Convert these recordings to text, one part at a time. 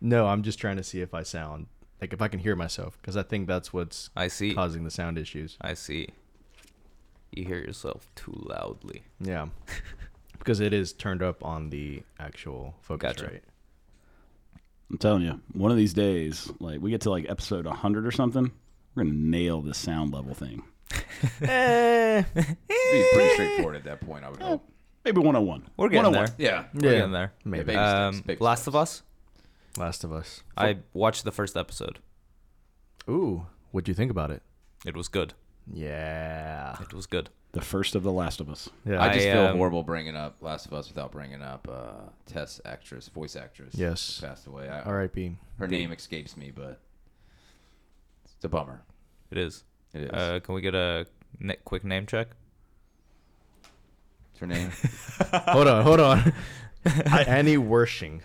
No, I'm just trying to see if I sound like if I can hear myself because I think that's what's I see. causing the sound issues. I see. You hear yourself too loudly. Yeah, because it is turned up on the actual focus Gotcha. rate. I'm telling you, one of these days, like we get to like episode 100 or something, we're gonna nail this sound level thing. It'd be pretty straightforward at that point, I would hope. Oh, Maybe 101. We're getting there. 101. Yeah. We're getting there. Maybe. Maybe. Baby Um, steps, baby Last of Us. Last of Us. I watched the first episode. Ooh, what'd you think about it? It was good. Yeah. Ah. It was good. The first of The Last of Us. Yeah. I just I, feel um, horrible bringing up Last of Us without bringing up uh, Tess, actress, voice actress. Yes. who passed away. I, R.I.P. Her name escapes me, but it's a bummer. It is. It is. Uh, can we get a ne- quick name check? What's her name? hold on, hold on. Annie Wershing.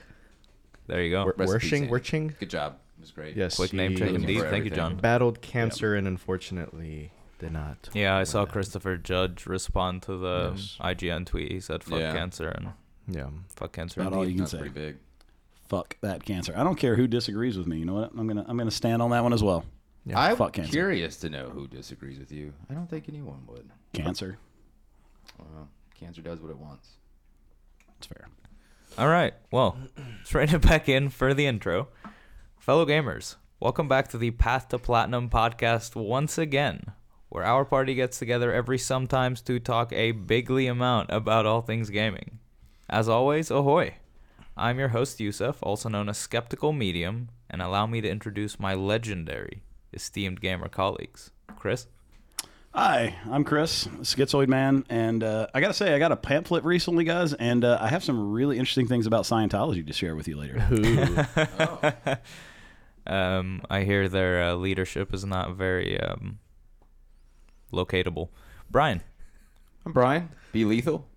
There you go. Wer- Rest in peace, Wershing, Annie. Wershing. Good job. It was great. Yes. quick name she check Looking indeed. for Thank you, everything. John. Battled cancer and unfortunately did not. Yeah, I saw win it. Christopher Judge respond to the Yes. IGN tweet. He said, "Fuck Yeah. cancer and Yeah. fuck cancer." About all indeed." you can That's say. pretty big. Fuck that cancer. I don't care who disagrees with me. You know what? I'm gonna I'm gonna stand on that one as well. Yeah, I'm fuck cancer. curious to know who disagrees with you. I don't think anyone would. Cancer. Well, cancer does what it wants. It's fair. All right. Well, let's rein it back in for the intro. Fellow gamers, welcome back to the Path to Platinum podcast once again, where our party gets together every sometimes to talk a bigly amount about all things gaming. As always, ahoy! I'm your host, Yusuf, also known as Skeptical Medium, and allow me to introduce my legendary, esteemed gamer colleagues. Chris? Hi, I'm Chris, Schizoid Man, and uh, I gotta say, I got a pamphlet recently, guys, and uh, I have some really interesting things about Scientology to share with you later. Ooh. Um, I hear their uh, leadership is not very um, locatable. Brian? I'm Brian. Be lethal.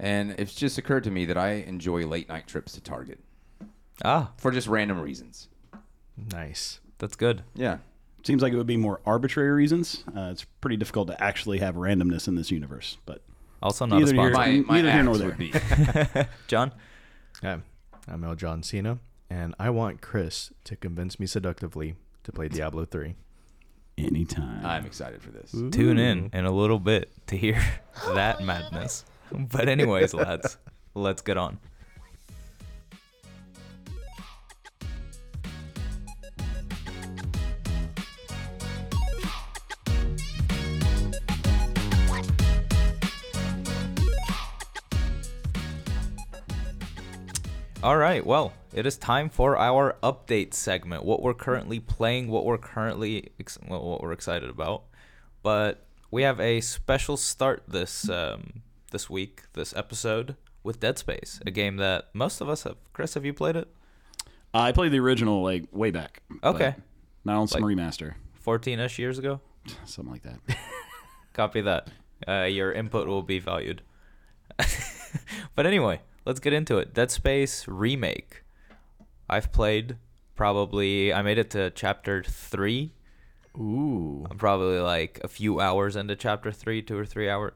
And it's just occurred to me that I enjoy late night trips to Target Ah, for just random reasons. nice. that's good. Yeah. Seems like it would be more arbitrary reasons. Uh, it's pretty difficult to actually have randomness in this universe, but Also not Either a you're- sponsor. My, my Neither here nor axe there. would be. John? Hi, I'm L. John Cena, and I want Chris to convince me seductively to play Diablo 3. anytime. I'm excited for this. Tune in in a little bit to hear that madness. But anyways, lads, let's get on. All right, well, it is time for our update segment. What we're currently playing, what we're currently ex- well, what we're excited about. But we have a special start this um, this week, this episode with Dead Space, a game that most of us have. Chris, have you played it? Uh, I played the original like way back. but Okay. Now on some remaster, 14ish years ago. something like that. Copy that. Uh, your input will be valued. but anyway, let's get into it. Dead Space remake. I've played probably. I made it to chapter three. Ooh. I'm probably like a few hours into chapter three, two or three hour,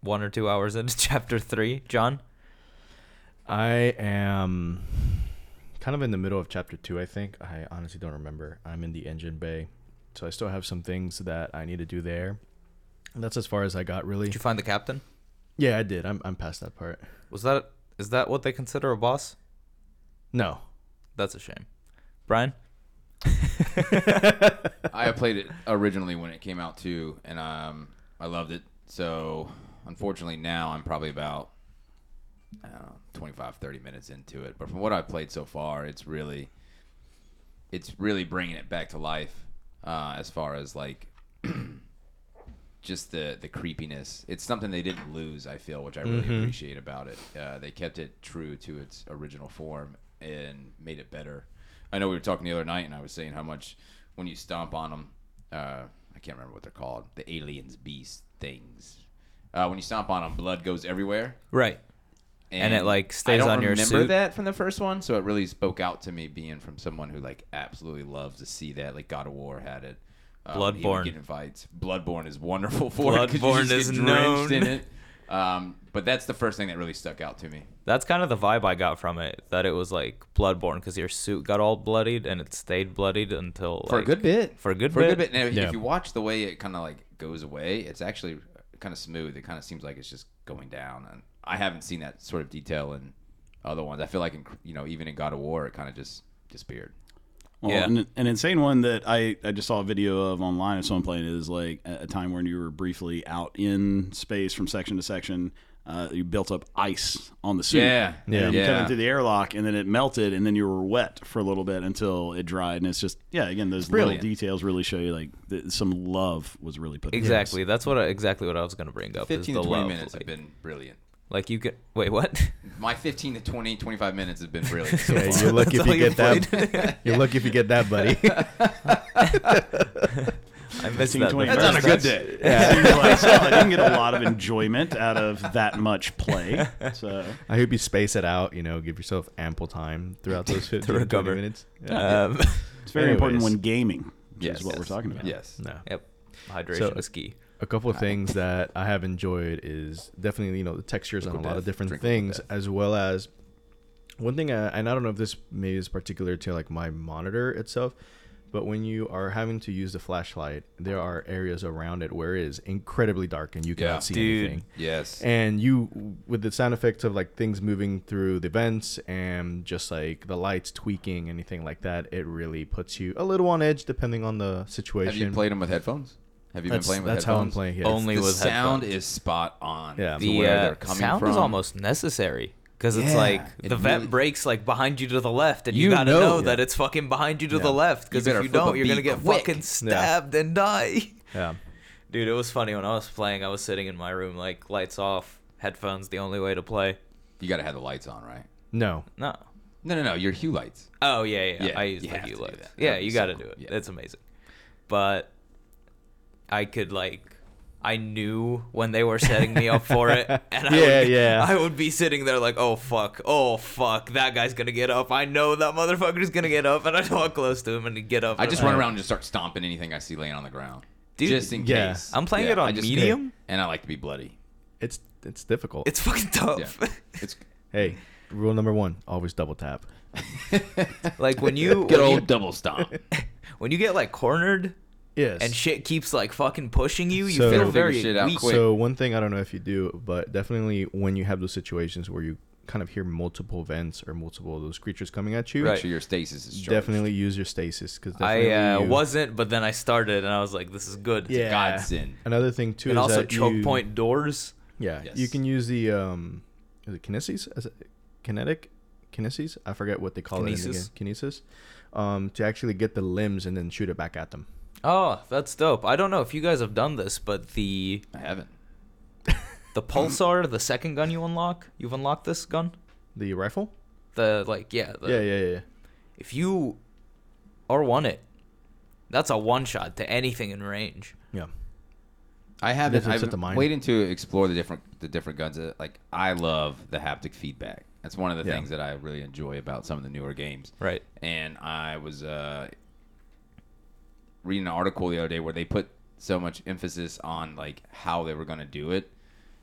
one or two hours into chapter three. John, I am kind of in the middle of chapter two, I think. I honestly don't remember. I'm in the engine bay, so I still have some things that I need to do there. And that's as far as I got, really. did you find the captain? Yeah, I did. I'm, I'm past that part. Was that is that what they consider a boss? No. That's a shame. Brian, I played it originally when it came out too, and um, I loved it. So unfortunately, now I'm probably about I don't know, 25, 30 minutes into it. But from what I've played so far, it's really, it's really bringing it back to life uh, as far as like just the the creepiness. It's something they didn't lose, I feel, which I really appreciate about it. Uh, they kept it true to its original form and made it better. I know we were talking the other night, and I was saying how much when you stomp on them, uh, I can't remember what they're called, the aliens, beast things. Uh, when you stomp on them, blood goes everywhere right? And it, like, stays on your I don't suit. remember that from the first one, so it really spoke out to me being from someone who like absolutely loves to see that. Like God of War had it. Um, he would Bloodborne. get in fights. Bloodborne is wonderful for it 'cause you Bloodborne just get is drenched known. in it. Um, but that's the first thing that really stuck out to me. That's kind of the vibe I got from it. That it was like Bloodborne because your suit got all bloodied and it stayed bloodied until for like, a good bit. For a good for bit. A good bit. And if- Yeah. if you watch the way it kind of like goes away, it's actually kind of smooth. It kind of seems like it's just going down. And I haven't seen that sort of detail in other ones. I feel like in, you know, even in God of War, it kind of just disappeared. Well, Yeah. an, an insane one that I, I just saw a video of online of someone playing is like a, a time when you were briefly out in space from section to section. Uh, you built up ice on the suit. Yeah. And then Yeah. You Yeah. come into the airlock and then it melted and then you were wet for a little bit until it dried. And it's just, yeah, again, those little brilliant. details really show you like th- some love was really put into this. Exactly. That's what I, exactly what I was gonna bring up. is 15 the to 20 love. minutes like, have been brilliant. like you could wait. What? My 15 to 20, 25 minutes has been brilliant. So Yeah, far. you're lucky if That's you all you get that. You're lucky if you get that, buddy. I missed 15, that. 20 bit. minutes. on a good day. Seems like, so I didn't get a lot of enjoyment out of that much play. So I hope you space it out. You know, give yourself ample time throughout those 15, 20 recover. minutes. Yeah. Um, it's very important Anyways. when gaming, which Yes, is what yes, we're talking about. Yes. No. yep. Hydration So- is key. A couple of things that I have enjoyed is definitely you know the textures on a Liquid lot of death, different drink liquid things, death. as well as one thing. I, and I don't know if this maybe is particular to like my monitor itself, but when you are having to use the flashlight, there are areas around it where it is incredibly dark and you cannot Yeah. see Dude. anything. Yes. and you with the sound effects of like things moving through the vents and just like the lights tweaking anything like that it really puts you a little on edge depending on the situation Have you played them with headphones? Have you that's, been playing with that's how i'm headphones? playing it Only The with sound headphones. is spot on. Yeah. to The, where uh, they're coming sound from. is almost necessary because it's Yeah, like it the vent really- breaks like behind you to the left, and you, You gotta know, know. that Yeah. it's fucking behind you to Yeah. the left because You if better you flip a don't, you're gonna beat get quick. fucking Yeah. stabbed and die. yeah Dude, it was funny when I was playing. I was sitting in my room, like lights off, headphones, the only way to play. You got to have the lights on, right? no No. No, no, no. Your hue lights. Oh yeah, yeah. Yeah, I use you the have hue to do lights. that. Yeah, That'd you be got to so do it. cool. Yeah. It's amazing. But I could like, I knew when they were setting me up for it, and I Yeah, would, yeah. I would be sitting there like, oh fuck, oh fuck, that guy's gonna get up. I know that motherfucker's gonna get up, and I'd walk close to him and he'd get up. I and just I'm run like, around and just start stomping anything I see laying on the ground, Dude, just in yeah. case. I'm playing Yeah, it on I just- medium. and I like to be bloody. it's it's difficult It's fucking Yeah, tough. it's hey rule number one always double tap like when you good when, old you double stomp. when you get like cornered yes and shit keeps like fucking pushing you, you So- feel Figure very shit out weak. quick. So one thing I don't know if you do, but definitely when you have those situations where you kind of hear multiple vents or multiple of those creatures coming at you, Make Right. sure your stasis is charged. definitely use your stasis because I uh, wasn't, but then I started and I was like, this is good. yeah. godsend. Another thing too And is also that choke you- point doors. Yeah, you Yes. can use the um, is it kinesis? Is it kinetic? Kinesis? I forget what they call it. In Kinesis. the game. Kinesis. Um, to actually get the limbs and then shoot it back at them. Oh, that's dope. I don't know if you guys have done this, but the I haven't. the pulsar, the second gun you unlock, you've unlocked this gun. The rifle? The like, yeah, the, yeah, yeah, yeah, yeah. If you are one it, that's a one shot to anything in range. Yeah. I haven't. Difference I've at the mind. waiting to explore the different the different guns. Uh, Like I love the haptic feedback. That's one of the Yeah. things that I really enjoy about some of the newer games. Right. And I was uh, reading an article the other day where they put so much emphasis on like how they were going to do it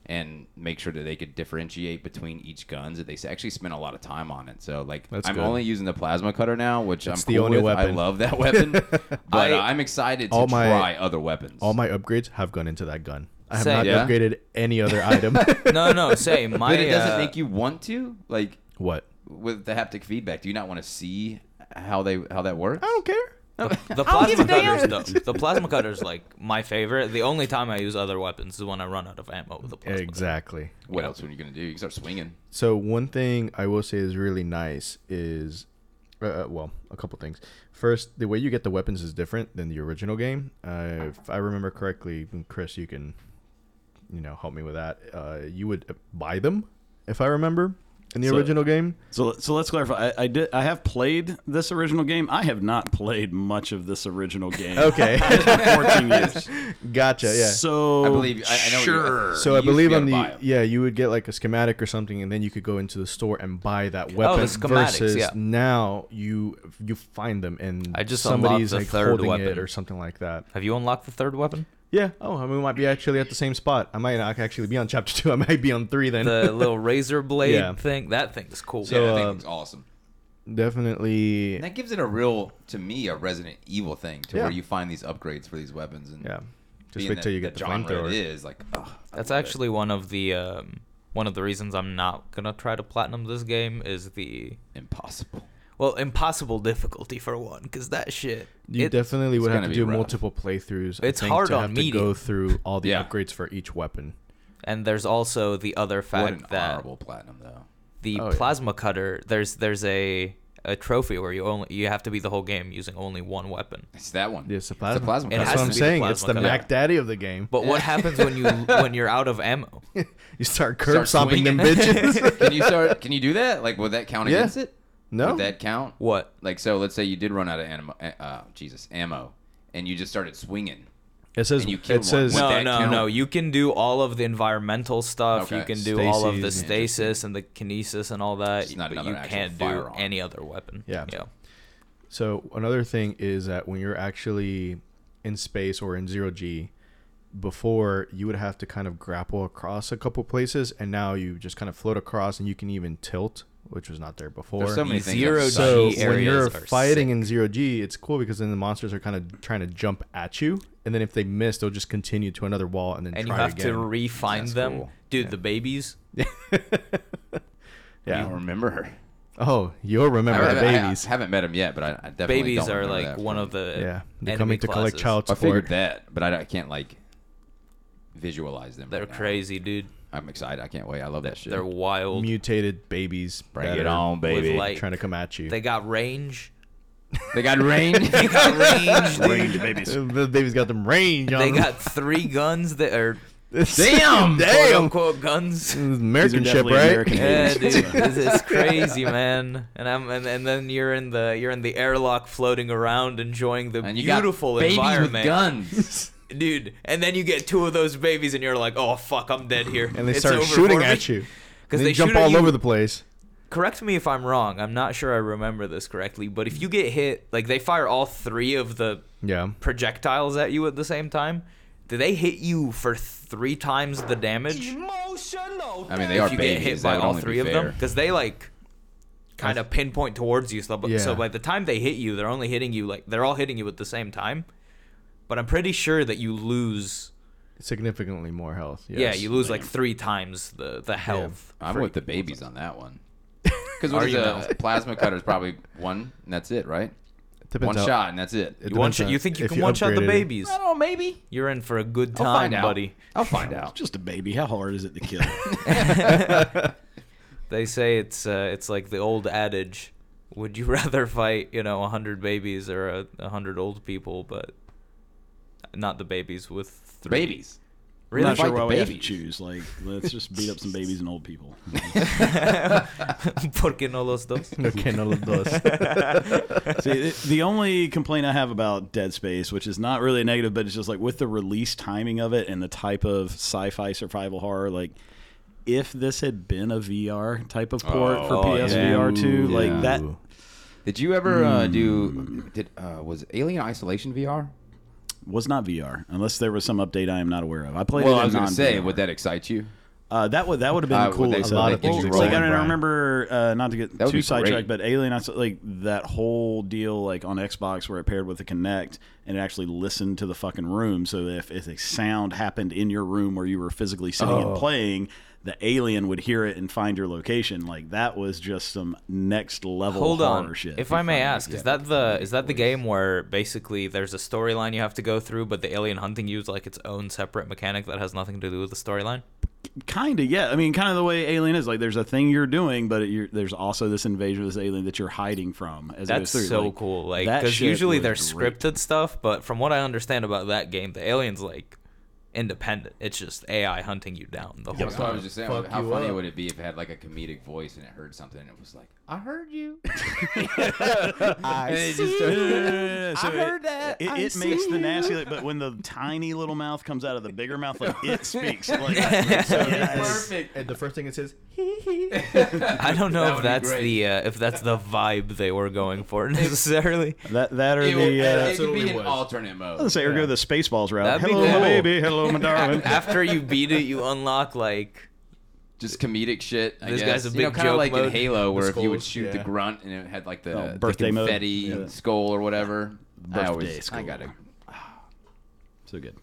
and make sure that they could differentiate between each guns that they s- actually spent a lot of time on it so like That's i'm good. only using the plasma cutter now which It's i'm the cool only with. weapon. i love that weapon but I- I, i'm excited to all my- try other weapons All my upgrades have gone into that gun. I have Same. not Yeah? upgraded any other item. No, no, say my. but it doesn't uh, make you want to like what? with the haptic feedback do you not want to see how they how that works I don't care. The plasma cutters, though. The plasma cutter's like my favorite. The only time I use other weapons is when I run out of ammo with the plasma. cutter. Exactly. what else are you going to do you can start swinging So one thing I will say is really nice is, uh, uh, well, a couple things. First, the way you get the weapons is different than the original game. Uh, if I remember correctly, and Chris, you can, you know, help me with that. Uh, you would buy them, if I remember, in the So- original game. So, so let's clarify. I, I did. I have played this original game. I have not played much of this original game. Okay, For 14 years. gotcha. Yeah. So Oh, I believe. I, I know. What sure. you're, uh, So I you used to believe be on able to the buy 'em. yeah, you would get like a schematic or something, and then you could go into the store and buy that weapon. schematics, versus yeah. now you you find them and I just unlocked somebody's the like third holding weapon. it or something like that. Have you unlocked the third weapon? Yeah. Oh, I mean, we might be actually at the same spot. I might not actually be on chapter two. I might be on three then. The little razor blade Yeah. thing. That thing's cool. So, yeah, that uh, thing's awesome. Definitely. And that gives it a real, to me, a Resident Evil thing to Yeah. where you find these upgrades for these weapons. And Yeah. Just being wait that- till you get the genre It flamethrower. is like, oh, That's actually one of the um, one of the reasons I'm not gonna try to platinum this game is the impossible. well impossible difficulty for one because that shit. You it- definitely would it's have to gonna do be rough. multiple playthroughs. I It's think, hard to on have to medium. go through all the Yeah. upgrades for each weapon. and there's also the other What an fact that honorable platinum, though. the Oh, yeah. plasma cutter there's there's a a trophy where you only you have to be the whole game using only one weapon. It's that one. Yes, the It's plasma. a plasma It cutter. That's what has to I'm be the saying. It's the plasma cutter. Mac Daddy of the game. But what happens when you when you're out of ammo? you start Start curb stomping them swinging. bitches. can you start? Can you do that? Like, would that count Yeah. against it? no. Would that count? What? Like, so let's say you did run out of ammo. Uh, Jesus, ammo, and you just started swinging. It says. and you kill It one. says. Would No, that no, count? no. You can do all of the environmental stuff. You Okay. can do all of the Stasis. stasis and the kinesis and all that. It's not but another you actual can't do firearm. any other weapon. Yeah. Yeah. So another thing is that when you're actually in space or in zero g, before you would have to kind of grapple across a couple places, and now you just kind of float across, and you can even tilt, which was not there before. There's so many things. Zero that suck. so G when you're areas are fighting in zero g, it's cool because then the monsters are kind of trying to jump at you, and then if they miss, they'll just continue to another wall and then And you try have again. to refine That's them. cool. Dude, the babies. yeah. You remember her. Oh, you'll remember the haven't- babies. I haven't met him yet, but I, I definitely Babies don't are remember like that one from- of the yeah, they're enemy coming to collect classes. child I support. figured that, but I, I can't like visualize them. They're right now. crazy, dude. I'm excited. I can't wait. I love that shit. They're wild. mutated babies. Bring that it are on, baby. light. Trying to come at you. They got range. They got rain. They got range. dude. Range babies. the baby's got them range on They them. got three guns that are damn, quote damn. unquote guns. American These are ship, definitely right? American Yeah, babies. dude, this is crazy, man. And I'm and, and then you're in the you're in the airlock floating around enjoying the and you beautiful got babies environment. with guns. Dude, and then you get two of those babies and you're like, "Oh fuck, I'm dead here." And they It's start over shooting for me." at you. 'Cause Because they they jump shoot at all you- over the place. Correct me if I'm wrong. I'm not sure I remember this correctly, but if you get hit, like they fire all three of the Yeah. projectiles at you at the same time, do they hit you for 3 times the damage? I mean, they are if you get babies. hit that by would all only be three of them fair. because they like kind of pinpoint towards you. So, Yeah. so by the time they hit you, they're only hitting you like they're all hitting you at the same time. But I'm pretty sure that you lose. Significantly more health. Yes. yeah, you lose like three times the the health. I'm for- with the babies on that one. Because Are what is you a plasma cutter is probably one, and that's it, right? Depends One how- shot, and that's it. it you one depends shot. on You think you if can one shot the upgraded it. babies? I don't know, maybe. You're in for a good I'll time, find out. buddy. I'll find out. Just a baby. How hard is it to kill? They say it's uh, it's like the old adage: Would you rather fight you know a hundred babies or a, a hundred old people? But not the babies with three. Babies. I'm not Fight sure the why we have to babies. choose. Like, let's just beat up some babies and old people. Porque no los dos. Okay, no, those. See, the- the only complaint I have about Dead Space, which is not really a negative, but it's just like with the release timing of it and the type of sci-fi survival horror, like if this had been a VR type of port Oh, for PSVR two, yeah. like that. Ooh. Did you ever uh, do? Did uh, was Alien Isolation VR? was not VR, unless there was some update I am not aware of. I played Well, it. I was going gonna to say, would that excite you? uh, that would that would have been Uh, would cool. they- as would hell. they get you like, I rolling, don't Brian? remember uh, not to get That would too be sidetracked, great. but Alien, Iso- like that whole deal, like on Xbox where it paired with the Kinect and it actually listened to the fucking room. So if, if a sound happened in your room where you were physically sitting Oh. and playing, the alien would hear it and find your location. Like that was just some next level Hold horror on. shit. If I may ask, is that the is that the game where basically there's a storyline you have to go through, but the alien hunting you is like its own separate mechanic that has nothing to do with the storyline? kind of yeah i mean kind of the way alien is like there's a thing you're doing but it, you're, there's also this invasion of this alien that you're hiding from as it That's goes through. so cool. Like that because shit usually was they're great. scripted stuff, but from what I understand about that game, the aliens like independent. It's just AI hunting you down the whole That's what I time. was just saying. Fuck How you funny up. would it be if it had like a comedic voice and it heard something and it was like, "I heard you." I And it just No, started- no, no, no, no, no. So heard that. It, I it makes see you. the nasty, like, but when the tiny little mouth comes out of the bigger mouth, like it speaks. Like, so yes. Perfect. And the first thing it says, I don't know if That would be that's great. the uh, if that's the vibe they were going for necessarily. That that or It, would- the it uh, could be absolutely an was. alternate mode. let's say or go the spaceballs route. That'd be Hello, my cool. baby. Hello, my darling. After you beat it, you unlock like Just comedic shit. I This guess. guy's a you know, big kinda joke like in mode. Halo, where if you would skulls, shoot the yeah. grunt and it had like the, Oh, the birthday mode. confetti Yeah. skull or whatever. I Birthday always, I skull. gotta. So good.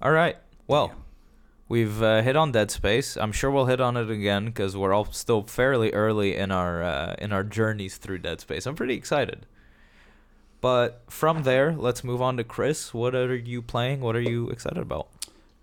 All right. Well, we've uh, hit on Dead Space. I'm sure we'll hit on it again because we're all still fairly early in our uh, in our journeys through Dead Space. I'm pretty excited. But from there, let's move on to Chris. What are you playing? What are you excited about?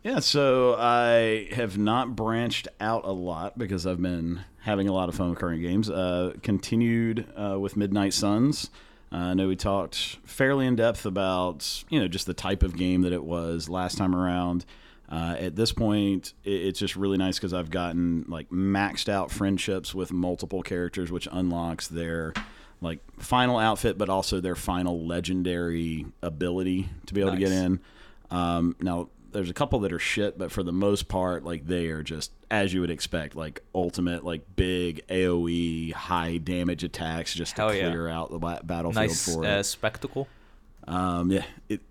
Yeah, so I have not branched out a lot because I've been having a lot of fun with current games. Uh, continued uh, with Midnight Suns. Uh, I know we talked fairly in depth about you know just the type of game that it was last time around. Uh, at this point, it, it's just really nice because I've gotten like maxed out friendships with multiple characters, which unlocks their like final outfit, but also their final legendary ability to be able to get Nice. in. Um, now, there's a couple that are shit, but for the most part, like they are just as you would expect, like ultimate, like big AOE, high damage attacks, just Hell to yeah. clear out the ba- battlefield Nice for uh, it. spectacle. Um, yeah, it.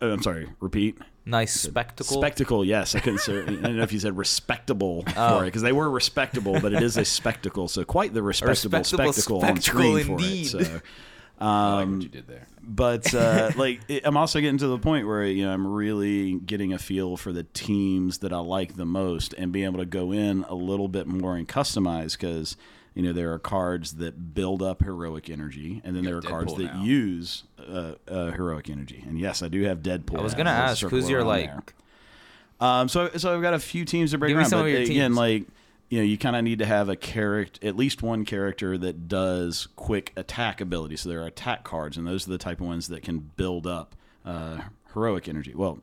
Oh, I'm sorry. Repeat. Nice spectacle. Spectacle. Yes, I couldn't. Say, I don't know if you said respectable Oh. for it because they were respectable, but it is a spectacle, so quite the respectable, respectable spectacle, spectacle on screen indeed. for it. So I like what you did there. but uh, like it, I'm also getting to the point where you know I'm really getting a feel for the teams that I like the most and being able to go in a little bit more and customize because you know there are cards that build up heroic energy and then there are got cards Deadpool that now. use uh, uh, heroic energy and yes I do have Deadpool. I was gonna I'll ask, circle who's your around like? there. Um, so so I've got a few teams to break Give me around, some but of your again, teams. like you know, you kind of need to have a character, at least one character that does quick attack ability. So there are attack cards, and those are the type of ones that can build up uh, heroic energy. Well,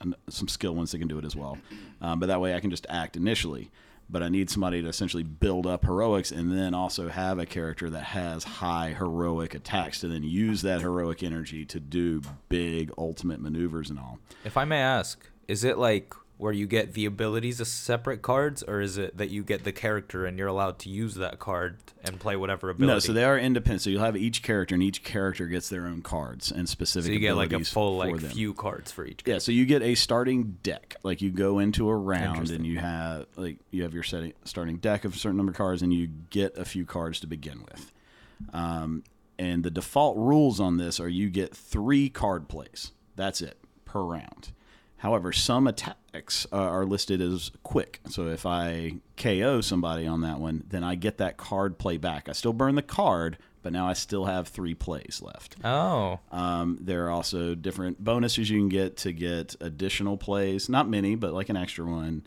and some skill ones that can do it as well, um, but that way I can just act initially. But I need somebody to essentially build up heroics and then also have a character that has high heroic attacks to then use that heroic energy to do big ultimate maneuvers and all. If I may ask, is it like where you get the abilities as separate cards, or is it that you get the character and you're allowed to use that card and play whatever ability? No, so they are independent. So you'll have each character, and each character gets their own cards and specific. So you get like a abilities full for like them. few cards for each. Yeah, so you get a starting deck. Like you go into a round and you have like you have your setting, starting deck of a certain number of cards, and you get a few cards to begin with. Um, and the default rules on this are you get three card plays. That's it per round. However, some attacks uh, are listed as quick. So if I KO somebody on that one, then I get that card play back. I still burn the card, but now I still have three plays left. Oh, Um, there are also different bonuses you can get to get additional plays. Not many, but like an extra one.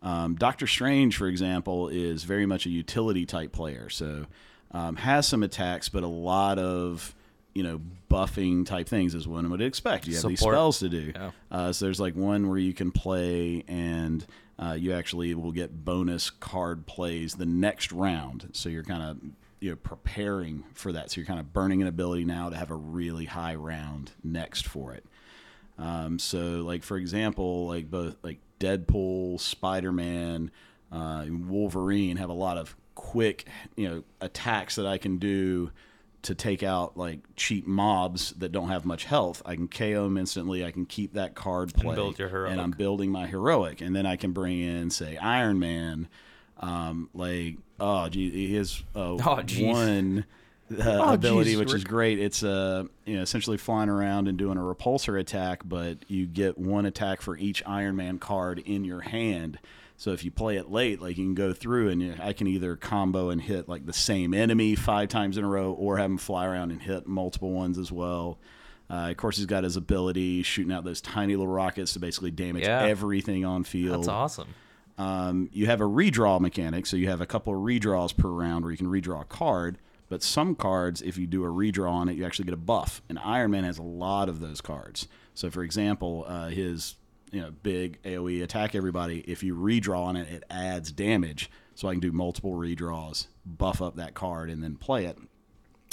Um, Doctor Strange, for example, is very much a utility type player, so um, has some attacks, but a lot of you know buffing type things is one would expect. You have these Support. spells to do. Yeah. Uh, so there's like one where you can play and uh, you actually will get bonus card plays the next round. So you're kind of you know preparing for that. So you're kind of burning an ability now to have a really high round next for it. Um, so like for example, like both like Deadpool, Spider Man, uh, and Wolverine have a lot of quick you know attacks that I can do to take out like cheap mobs that don't have much health. I can KO them instantly. I can keep that card play build your heroic. and I'm building my heroic, and then I can bring in say Iron Man. Um, like oh gee, his uh, Oh, geez. one uh, ability, geez, which is Rick. great. It's uh, you know, essentially flying around and doing a repulsor attack, but you get one attack for each Iron Man card in your hand. So if you play it late, like you can go through and you, I can either combo and hit like the same enemy five times in a row, or have him fly around and hit multiple ones as well. Uh, of course, he's got his ability shooting out those tiny little rockets to basically damage Yeah. everything on field. that's awesome. Um, you have a redraw mechanic, so you have a couple of redraws per round where you can redraw a card. But some cards, if you do a redraw on it, you actually get a buff. And Iron Man has a lot of those cards. So, for example, uh, his you know big AOE attack everybody. If you redraw on it, it adds damage, so I can do multiple redraws, buff up that card, and then play it.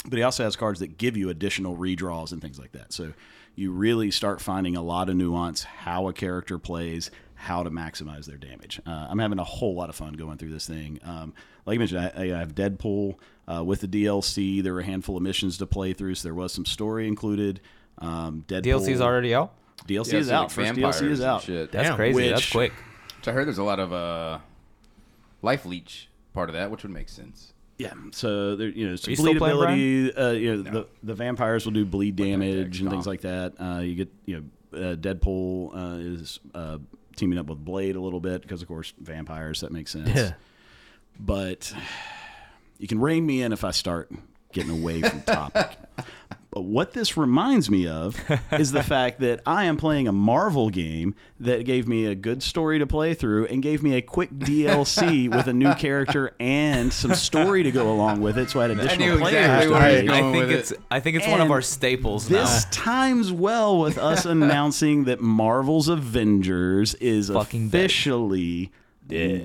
But he also has cards that give you additional redraws and things like that. So you really start finding a lot of nuance how a character plays, how to maximize their damage. Uh, I'm having a whole lot of fun going through this thing. Um, like you mentioned, I, I have Deadpool uh, with the DLC. There were a handful of missions to play through, so there was some story included. Um, Deadpool DLC's already out. DLC Yeah, is so, out. like, First vampires DLC is and out. Shit. That's Damn. crazy. That's Which- quick. So I heard there's a lot of uh, life leech part of that, which would make sense. Yeah, so there, you know, so you bleed still playing, ability. Uh, you know, the, the vampires will do bleed damage attack, and things no. like that. Uh, you get you know, uh, Deadpool uh, is uh, teaming up with Blade a little bit because, of course, vampires. That makes sense. Yeah. But you can rein me in if I start getting away from topic. But what this reminds me of is the fact that I am playing a Marvel game that gave me a good story to play through and gave me a quick DLC with a new character and some story to go along with it. So I had additional knew players. exactly to where he was play. going I think with it's it. I think it's one of And our staples now. This times well with us announcing that Marvel's Avengers is Fucking dead. officially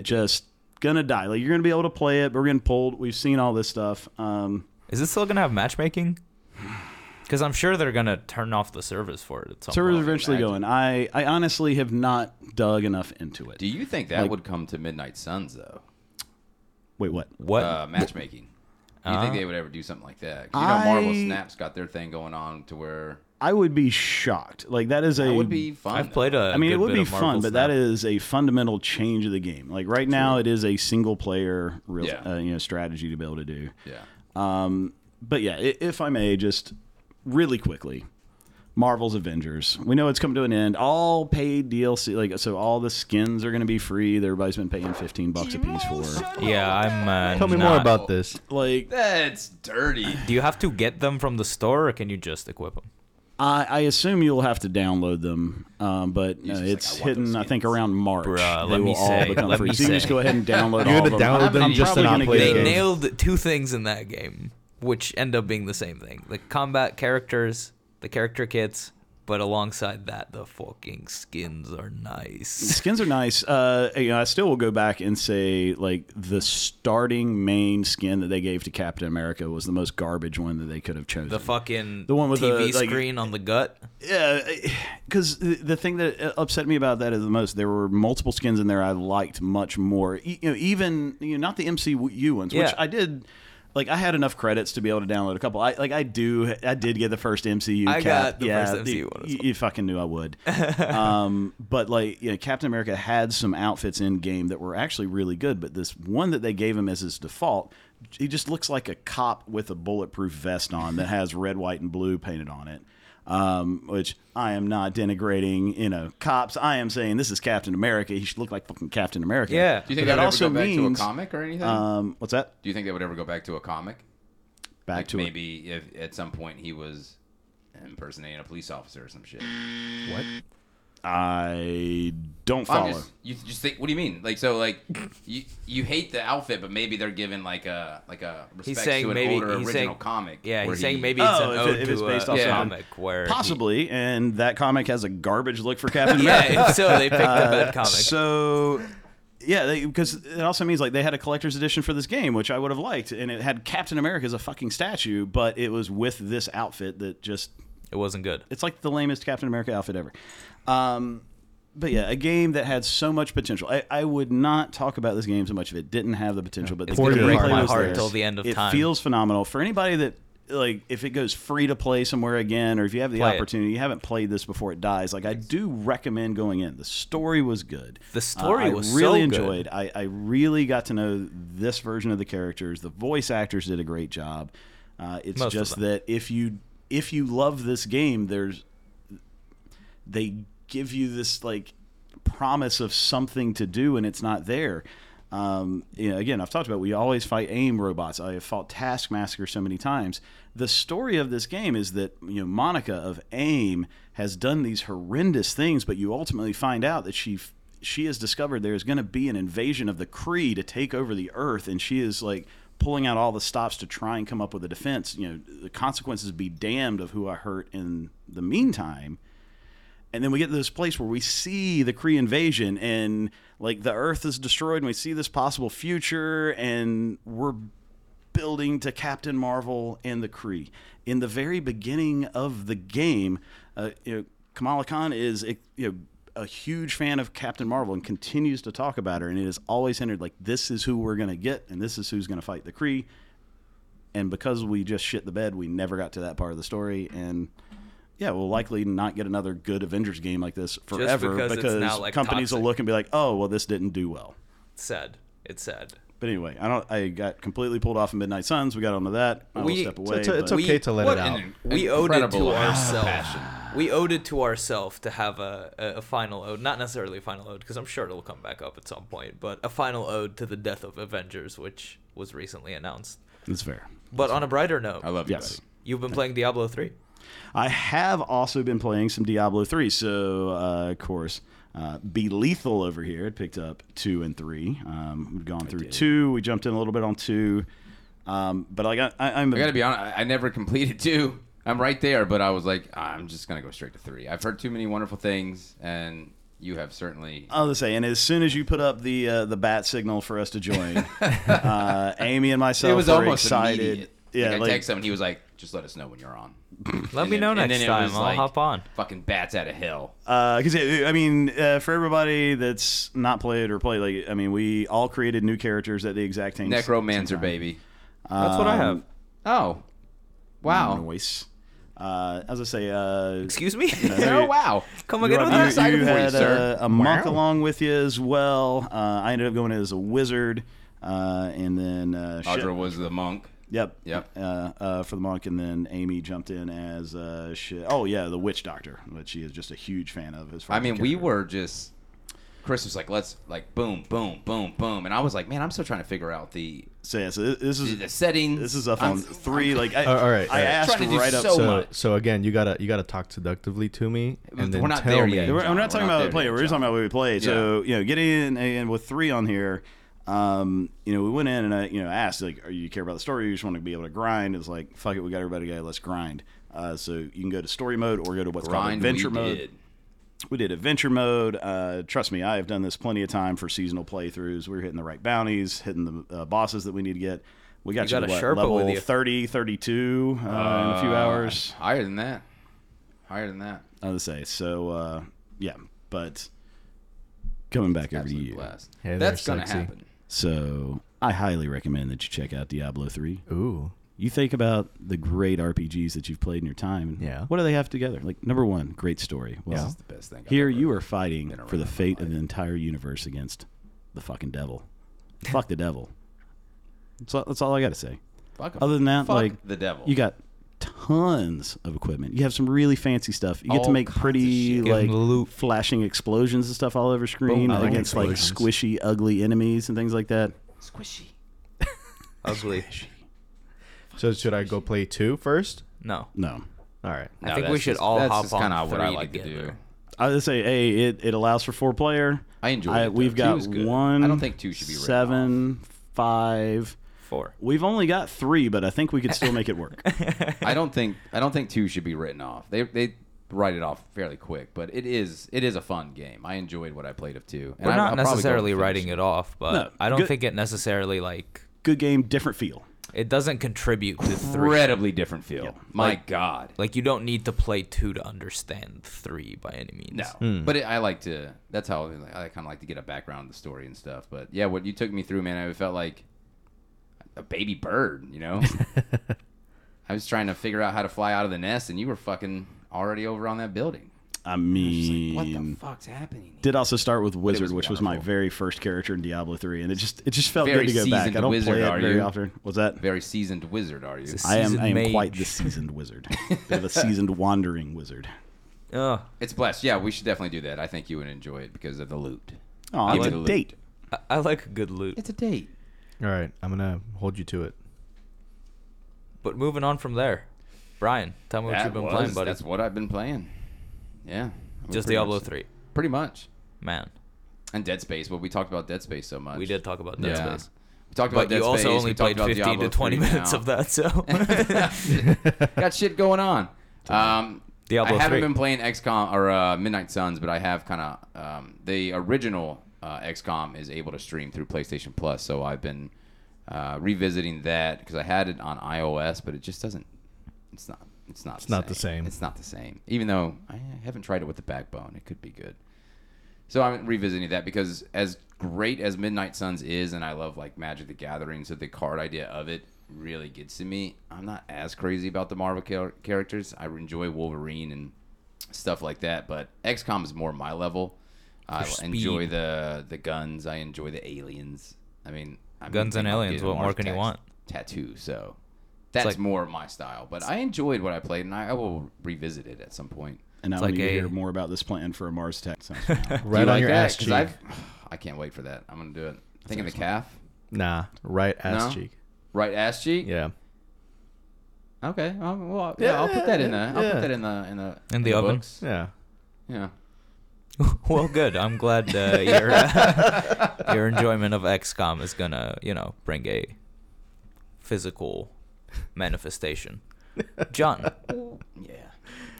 just gonna die. Like you're gonna be able to play it, but we're gonna pull. We've seen all this stuff. Um, Is it still gonna have matchmaking? Because I'm sure they're gonna turn off the service for it at some servers point. are eventually going. I I honestly have not dug enough into it. Do you think that Like- would come to Midnight Suns though? Wait, what? What? Uh, matchmaking. Do you think they would ever do something like that? 'Cause You know, Marvel I- Snap's got their thing going on to where I would be shocked. Like that is a. that would be fun. I've though. played a. I mean, good it would bit be of Marvel fun, but Snap. that is a fundamental change of the game. Like right now, it is a single player real Yeah. uh, you know strategy to be able to do. Yeah. But yeah, i- if I may, just really quickly, Marvel's Avengers. We know it's come to an end. All paid DLC, like so, all the skins are going to be free. that Everybody's been paying fifteen bucks a piece for. Yeah, I'm. Uh, Tell me more not- about this. Like That's dirty. Do you have to get them from the store, or can you just equip them? I, I assume you'll have to download them, um, but uh, just like, it's I want those hidden. I think skins. around March. Bruh, they let will me all say, become let free. me so you can just say. go ahead and download. You're all gonna of them. download them I'm just to not probably gonna play get the game. They those. nailed two things in that game, which end up being the same thing: the combat characters, the character kits, but alongside that, the fucking skins are nice. skins are nice. Uh, you know, I still will go back and say like the starting main skin that they gave to Captain America was the most garbage one that they could have chosen. The fucking The one with TV the, like- screen on the gut. yeah, because the thing that uh, upset me about that is the most there were multiple skins in there I liked much more. E- You know, even you know, not the MCU ones, which Yeah. I did. Like I had enough credits to be able to download a couple. I like I do. I did get the first MCU. I cap. got the yeah, first you- MCU one as You, you fucking knew I would. um, but like you know, Captain America had some outfits in game that were actually really good. But this one that they gave him as his default, he just looks like a cop with a bulletproof vest on that has red, white, and blue painted on it. Um, which I am not denigrating, you know, cops. I am saying this is Captain America. He should look like fucking Captain America. Yeah. Do you think But that, would ever go back to a comic or anything? Um, what's that? Do you think that would ever go back to a comic? Back Like to it. maybe if at some point he was impersonating a police officer or some shit. What? Oh I don't I'm follow. just, you just think. What do you mean? Like so, like you you hate the outfit, but maybe they're giving like a like a respect saying to an maybe- older he's original saying- comic. Yeah, where he's saying he- maybe it's Oh, an if ode it- if to it's based a off something. comic where he- Possibly, and that comic has a garbage look for Captain America. yeah, if so they picked a bad comic. Uh, So, yeah, because it also means like they had a collector's edition for this game, which I would have liked, and it had Captain America as a fucking statue, but it was with this outfit that just it wasn't good. it's like the lamest Captain America outfit ever. Um, but yeah, a game that had so much potential. I, I would not talk about this game so much if it didn't have the potential. But It's the gonna gameplay break my was heart there. till the end of it time. feels phenomenal for anybody that like if it goes free to play somewhere again, or if you have the Play it. opportunity, you haven't played this before it dies. Like I do recommend going in. The story was good. Uh, The story I was so really good. enjoyed. I, I really got to know this version of the characters. The voice actors did a great job. Uh, it's Most of just them. that if you if you love this game, there's they give you this like promise of something to do and it's not there. Um, you know, again, I've talked about we always fight aim robots. I have fought Taskmaster so many times. The story of this game is that you know Monica of AIM has done these horrendous things, but you ultimately find out that she f- she has discovered there is going to be an invasion of the Kree to take over the Earth, and she is like pulling out all the stops to try and come up with a defense. You know, the consequences be damned of who I hurt in the meantime And then we get to this place where we see the Kree invasion and like the Earth is destroyed and we see this possible future and we're building to Captain Marvel and the Kree. In the very beginning of the game, uh, you know, Kamala Khan is you know, a huge fan of Captain Marvel and continues to talk about her, and it is always hinted like this is who we're going to get and this is who's going to fight the Kree. And because we just shit the bed, we never got to that part of the story, and yeah, we'll likely not get another good Avengers game like this forever because it's now, like, companies will toxic. look and be like, oh, well, this didn't do well. Sad. It's sad. But anyway, I don't. I got completely pulled off of Midnight Suns. We got onto that. I will We- step it's- away. it's- it's but- okay to let what it out. an we owed it to incredible amount of ourselves. passion. We owed it to ourselves to have a, a, a final ode, not necessarily a final ode, because I'm sure it'll come back up at some point, but a final ode to the death of Avengers, which was recently announced. It's fair. But on a brighter note, I love you. Yes. buddy. you've been playing Diablo 3. I have also been playing some Diablo 3. So, uh, of course, uh, Be Lethal over here had picked up two and three. Um, we've gone through two. We jumped in a little bit on two. Um, but like, I, I, I'm I gotta be honest. I, I never completed two. I'm right there, but I was like, I'm just gonna go straight to three. I've heard too many wonderful things, and you have certainly. I'll just say, and as soon as you put up the uh, the bat signal for us to join, uh, Amy and myself it was were almost excited. immediate. Yeah, like, like- I texted him, and he was like, "Just let us know when you're on." Let And me then- know and next then it time. was I'll like, hop on. Fucking bats out of hell. because I mean, uh, for everybody that's not played or played, like I mean, we all created new characters at the exact same Necromancer baby. That's Um, what I have. Oh, Wow. wow. Noise. Uh, as I say, uh, Excuse me? Oh wow. Come you, again with you- that? you of had voice, a, sir. a monk along with you as well. Uh, I ended up going as a wizard, uh, and then uh, Shep- Audra was the monk. Yep. Yep. Uh, uh, for the monk, and then Amy jumped in as uh, she, oh yeah, the witch doctor, which she is just a huge fan of. As far I as mean, the we character. were just. Chris was like, "Let's like boom, boom, boom, boom," and I was like, "Man, I'm still trying to figure out the So, yeah, so thi- this is the setting." this is up on I'm- three. Like, I, All- all right, I all right. asked Trying to do right up. so so much. so again, you gotta you gotta talk seductively to me, We're and then not tell there me. yet. We're, I'm John, not talking we're not about there play. yet, We're just John. talking about what we played. So you know, getting in and with three on here, um, you know, we went in and I, you know, asked like, "Are you care about the story? Or you just want to be able to grind?" It's like, "Fuck it, we got everybody together. Let's grind." Uh, so you can go to story mode or go to what's called grind adventure we mode. did. We did adventure mode. Uh, trust me, I have done this plenty of time for seasonal playthroughs. We were hitting the right bounties, hitting the uh, bosses that we need to get. We got You you, got to a what, Sherpa with level you. Ah. 30, 32 uh, in a few Uh, hours. Higher than that. Higher than that. I would say. So uh, yeah, but coming back every Absolute year. blast. Hey, they're That's gonna sexy. happen. So I highly recommend that you check out Diablo three. Ooh, You think about the great RPGs that you've played in your time. and Yeah. What do they have together? Like number one, great story. Well, Yeah. It's the best thing. I've here ever- you are fighting around for the my fate of the entire universe against the fucking devil. Fuck the devil. That's all, that's all I got to say. Fuck 'em. Other than that, Fuck like the devil. You got tons of equipment. You have some really fancy stuff. You get to All make kinds of pretty shit. Give 'em like the loot. flashing explosions and stuff all over screen I like against like explosions. squishy, ugly enemies and things like that. squishy. Ugly. so should I go play two first? No. No, All right. I think we should all that's hop just on kinda what I three like to do. together. I would say, hey, it, it allows for four player. I enjoyed it, though. We've Two got was good. one. I don't think two should be written seven, five. Four. We've only got three, but I think we could still make it work. I don't think I don't think two should be written off. They they write it off fairly quick, but it is it is a fun game. I enjoyed what I played of two. And We're I, not I'll probably go necessarily finish writing it off, but No, I don't good- think it necessarily like Good game, different feel. it doesn't contribute to three. Incredibly different feel. My God. Like you don't need to play two to understand three by any means. No, but it, I like to. That's how I kind of like to get a background of the story and stuff. But yeah, what you took me through, man, I felt like a baby bird. You know, I was trying to figure out how to fly out of the nest, and you were fucking already over on that building. I It's mean, like, what the fuck's happening? did also start with Wizard, was which was my wonderful. very first character in Diablo three, and it just it just felt Very good to go back. seasoned I don't wizard, play it are very you? often. Was that Very seasoned wizard, are you? It's a I am seasoned I am mage. quite the seasoned wizard, bit of a seasoned wandering wizard. Mm. Ugh. It's blessed. Yeah, we should definitely do that. I think you would enjoy it because of the loot. Oh, Give it's me a the loot. date. I, I like a good loot. It's a date. All right. I'm gonna hold you to it. But moving on from there, Brian, tell me what That you've been was- playing, buddy. That's what I've been playing. Yeah. I mean, Just pretty Diablo much- three, Pretty much. man. And Dead Space. Well, we talked about Dead Space so much. We did talk about Dead Yeah. Space, We talked about but Dead you also Space, only we played talked about fifteen Diablo to twenty 3 minutes now. of that, so Got shit going on. Um, Diablo I haven't 3. been playing XCOM or uh, Midnight Suns, but I have kind of um, the original uh, XCOM is able to stream through PlayStation Plus, so I've been uh, revisiting that because I had it on iOS, but it just doesn't. It's not. It's not. It's not the same. It's not the same. Even though I haven't tried it with the backbone, it could be good. So I'm revisiting that because as great as Midnight Suns is, and I love like Magic the Gathering, so the card idea of it really gets to me. I'm not as crazy about the Marvel char- characters. I enjoy Wolverine and stuff like that, but XCOM is more my level. I For enjoy speed. the the guns. I enjoy the aliens. I mean, I'm Guns and thinking I'll aliens, get an what more can you architect's want? Tattoo. So that's like- more of my style. But I enjoyed what I played, and I, I will revisit it at some point. And I It's want like to a- hear more about this plan for a Mars attack. Sounds fun. Do you Right on like your that? ass 'Cause cheek. I've- I can't wait for that. I'm gonna do it. I think in the calf, Nah, right ass No? cheek. right ass cheek. Yeah. Okay. Um, well, yeah, I'll put that in the. I'll yeah. put that in the in the In the oven? books. Yeah. Yeah. well, good. I'm glad uh, your uh, your enjoyment of XCOM is gonna, you know, bring a physical manifestation. John, Yeah.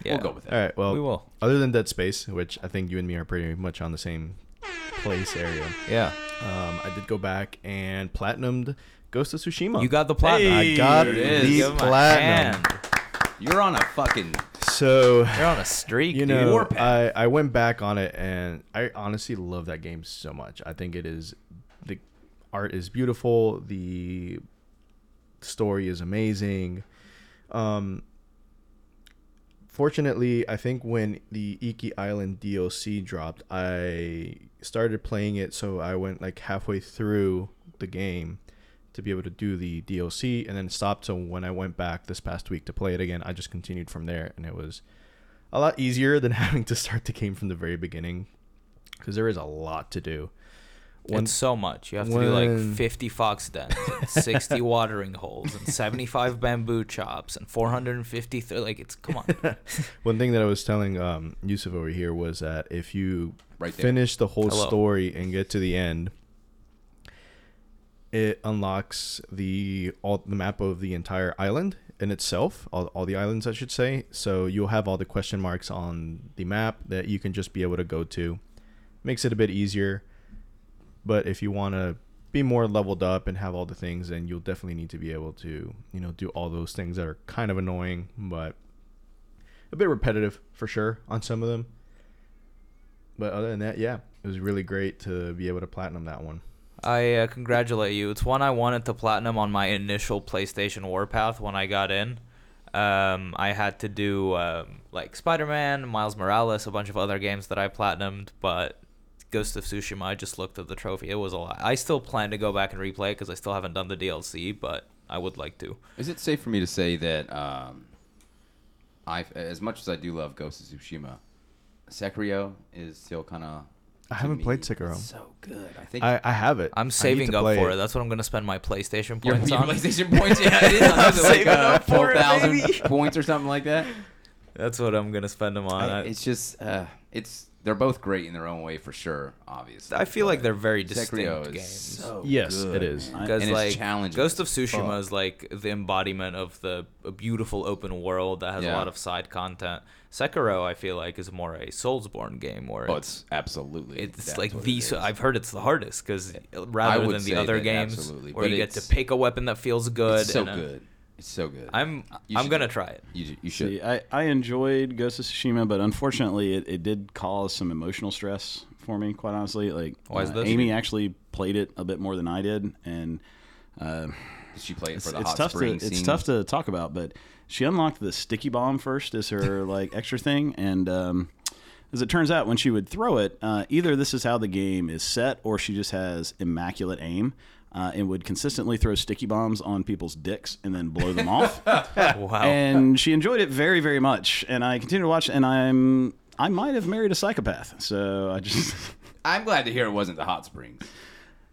yeah, We'll go with All that. right. Well, We will. Other than Dead Space, which I think you and me are pretty much on the same place area, Yeah, um, I did go back and platinumed Ghost of Tsushima. you got the platinum. I got There it the is. Give him a platinum. You're on a fucking. So You're on a streak, you dude. know, I, I went back on it and I honestly love that game so much. I think it is the art is beautiful, the story is amazing. Um fortunately, I think when the Iki Island DLC dropped, I started playing it so I went like halfway through the game to be able to do the DLC and then stopped so when I went back this past week to play it again, I just continued from there and it was a lot easier than having to start the game from the very beginning because there is a lot to do. One- it's so much. You have to do like when- 50 fox dens, and 60 watering holes, and 75 bamboo chops, and 450. Th- like it's come on. One thing that I was telling um, Yusuf over here was that if you Right there. finish the whole Hello. story and get to the end, it unlocks the all the map of the entire island in itself, all, all the islands, I should say. So you'll have all the question marks on the map that you can just be able to go to. Makes it a bit easier. But if you want to be more leveled up and have all the things, then you'll definitely need to be able to, you know, do all those things that are kind of annoying, but a bit repetitive for sure on some of them. But other than that, yeah, it was really great to be able to platinum that one. I uh, congratulate you. It's one I wanted to platinum on my initial PlayStation Warpath when I got in. Um, I had to do um, like Spider Man, Miles Morales, a bunch of other games that I platinumed, but Ghost of Tsushima, I just looked at the trophy. It was a lot. I still plan to go back and replay it because I still haven't done the DLC, but I would like to. Is it safe for me to say that um, I, as much as I do love Ghost of Tsushima, Sekiro is still kind of. I haven't played Sekiro. so good. I think. I, I have it. I I'm need saving to up play for it. That's what I'm going to spend my PlayStation your, points your on. PlayStation points, yeah, it is. I think it's like saving uh, up for four it, thousand baby. points or something like that. That's what I'm going to spend them on. I- I, it's just, uh, it's they're both great in their own way for sure. Obviously, I feel like but they're very Sekiro distinct is games. so Yes, good, it is. man. Because and like it's challenging. Ghost of as Tsushima fuck. is like the embodiment of the a beautiful open world that has a Yeah. lot of side content. Sekiro, I feel like, is more a Soulsborne game, where Oh, it's, it's absolutely. it's that's like what the. it so- is. I've heard it's the hardest because rather would than say the other that games, absolutely, where but you get to it's- pick a weapon that feels good. It's so and, uh, good. It's so good. I'm You I'm should gonna do it. try it. You, you should. See, I, I enjoyed Ghost of Tsushima, but unfortunately, it, it did cause some emotional stress for me. Quite honestly, like Why is uh, this? Amy actually played it a bit more than I did, and uh, Did she play it it's, for the it's hot tough to spring it's scene? tough to talk about. But she unlocked the sticky bomb first as her like extra thing, and um, as it turns out, when she would throw it, uh, either this is how the game is set, or she just has immaculate aim. Uh, and would consistently throw sticky bombs on people's dicks and then blow them off. Oh. Wow. and she enjoyed it very very much and i continue to watch and i'm i might have married a psychopath so i just I'm glad to hear it wasn't the hot springs.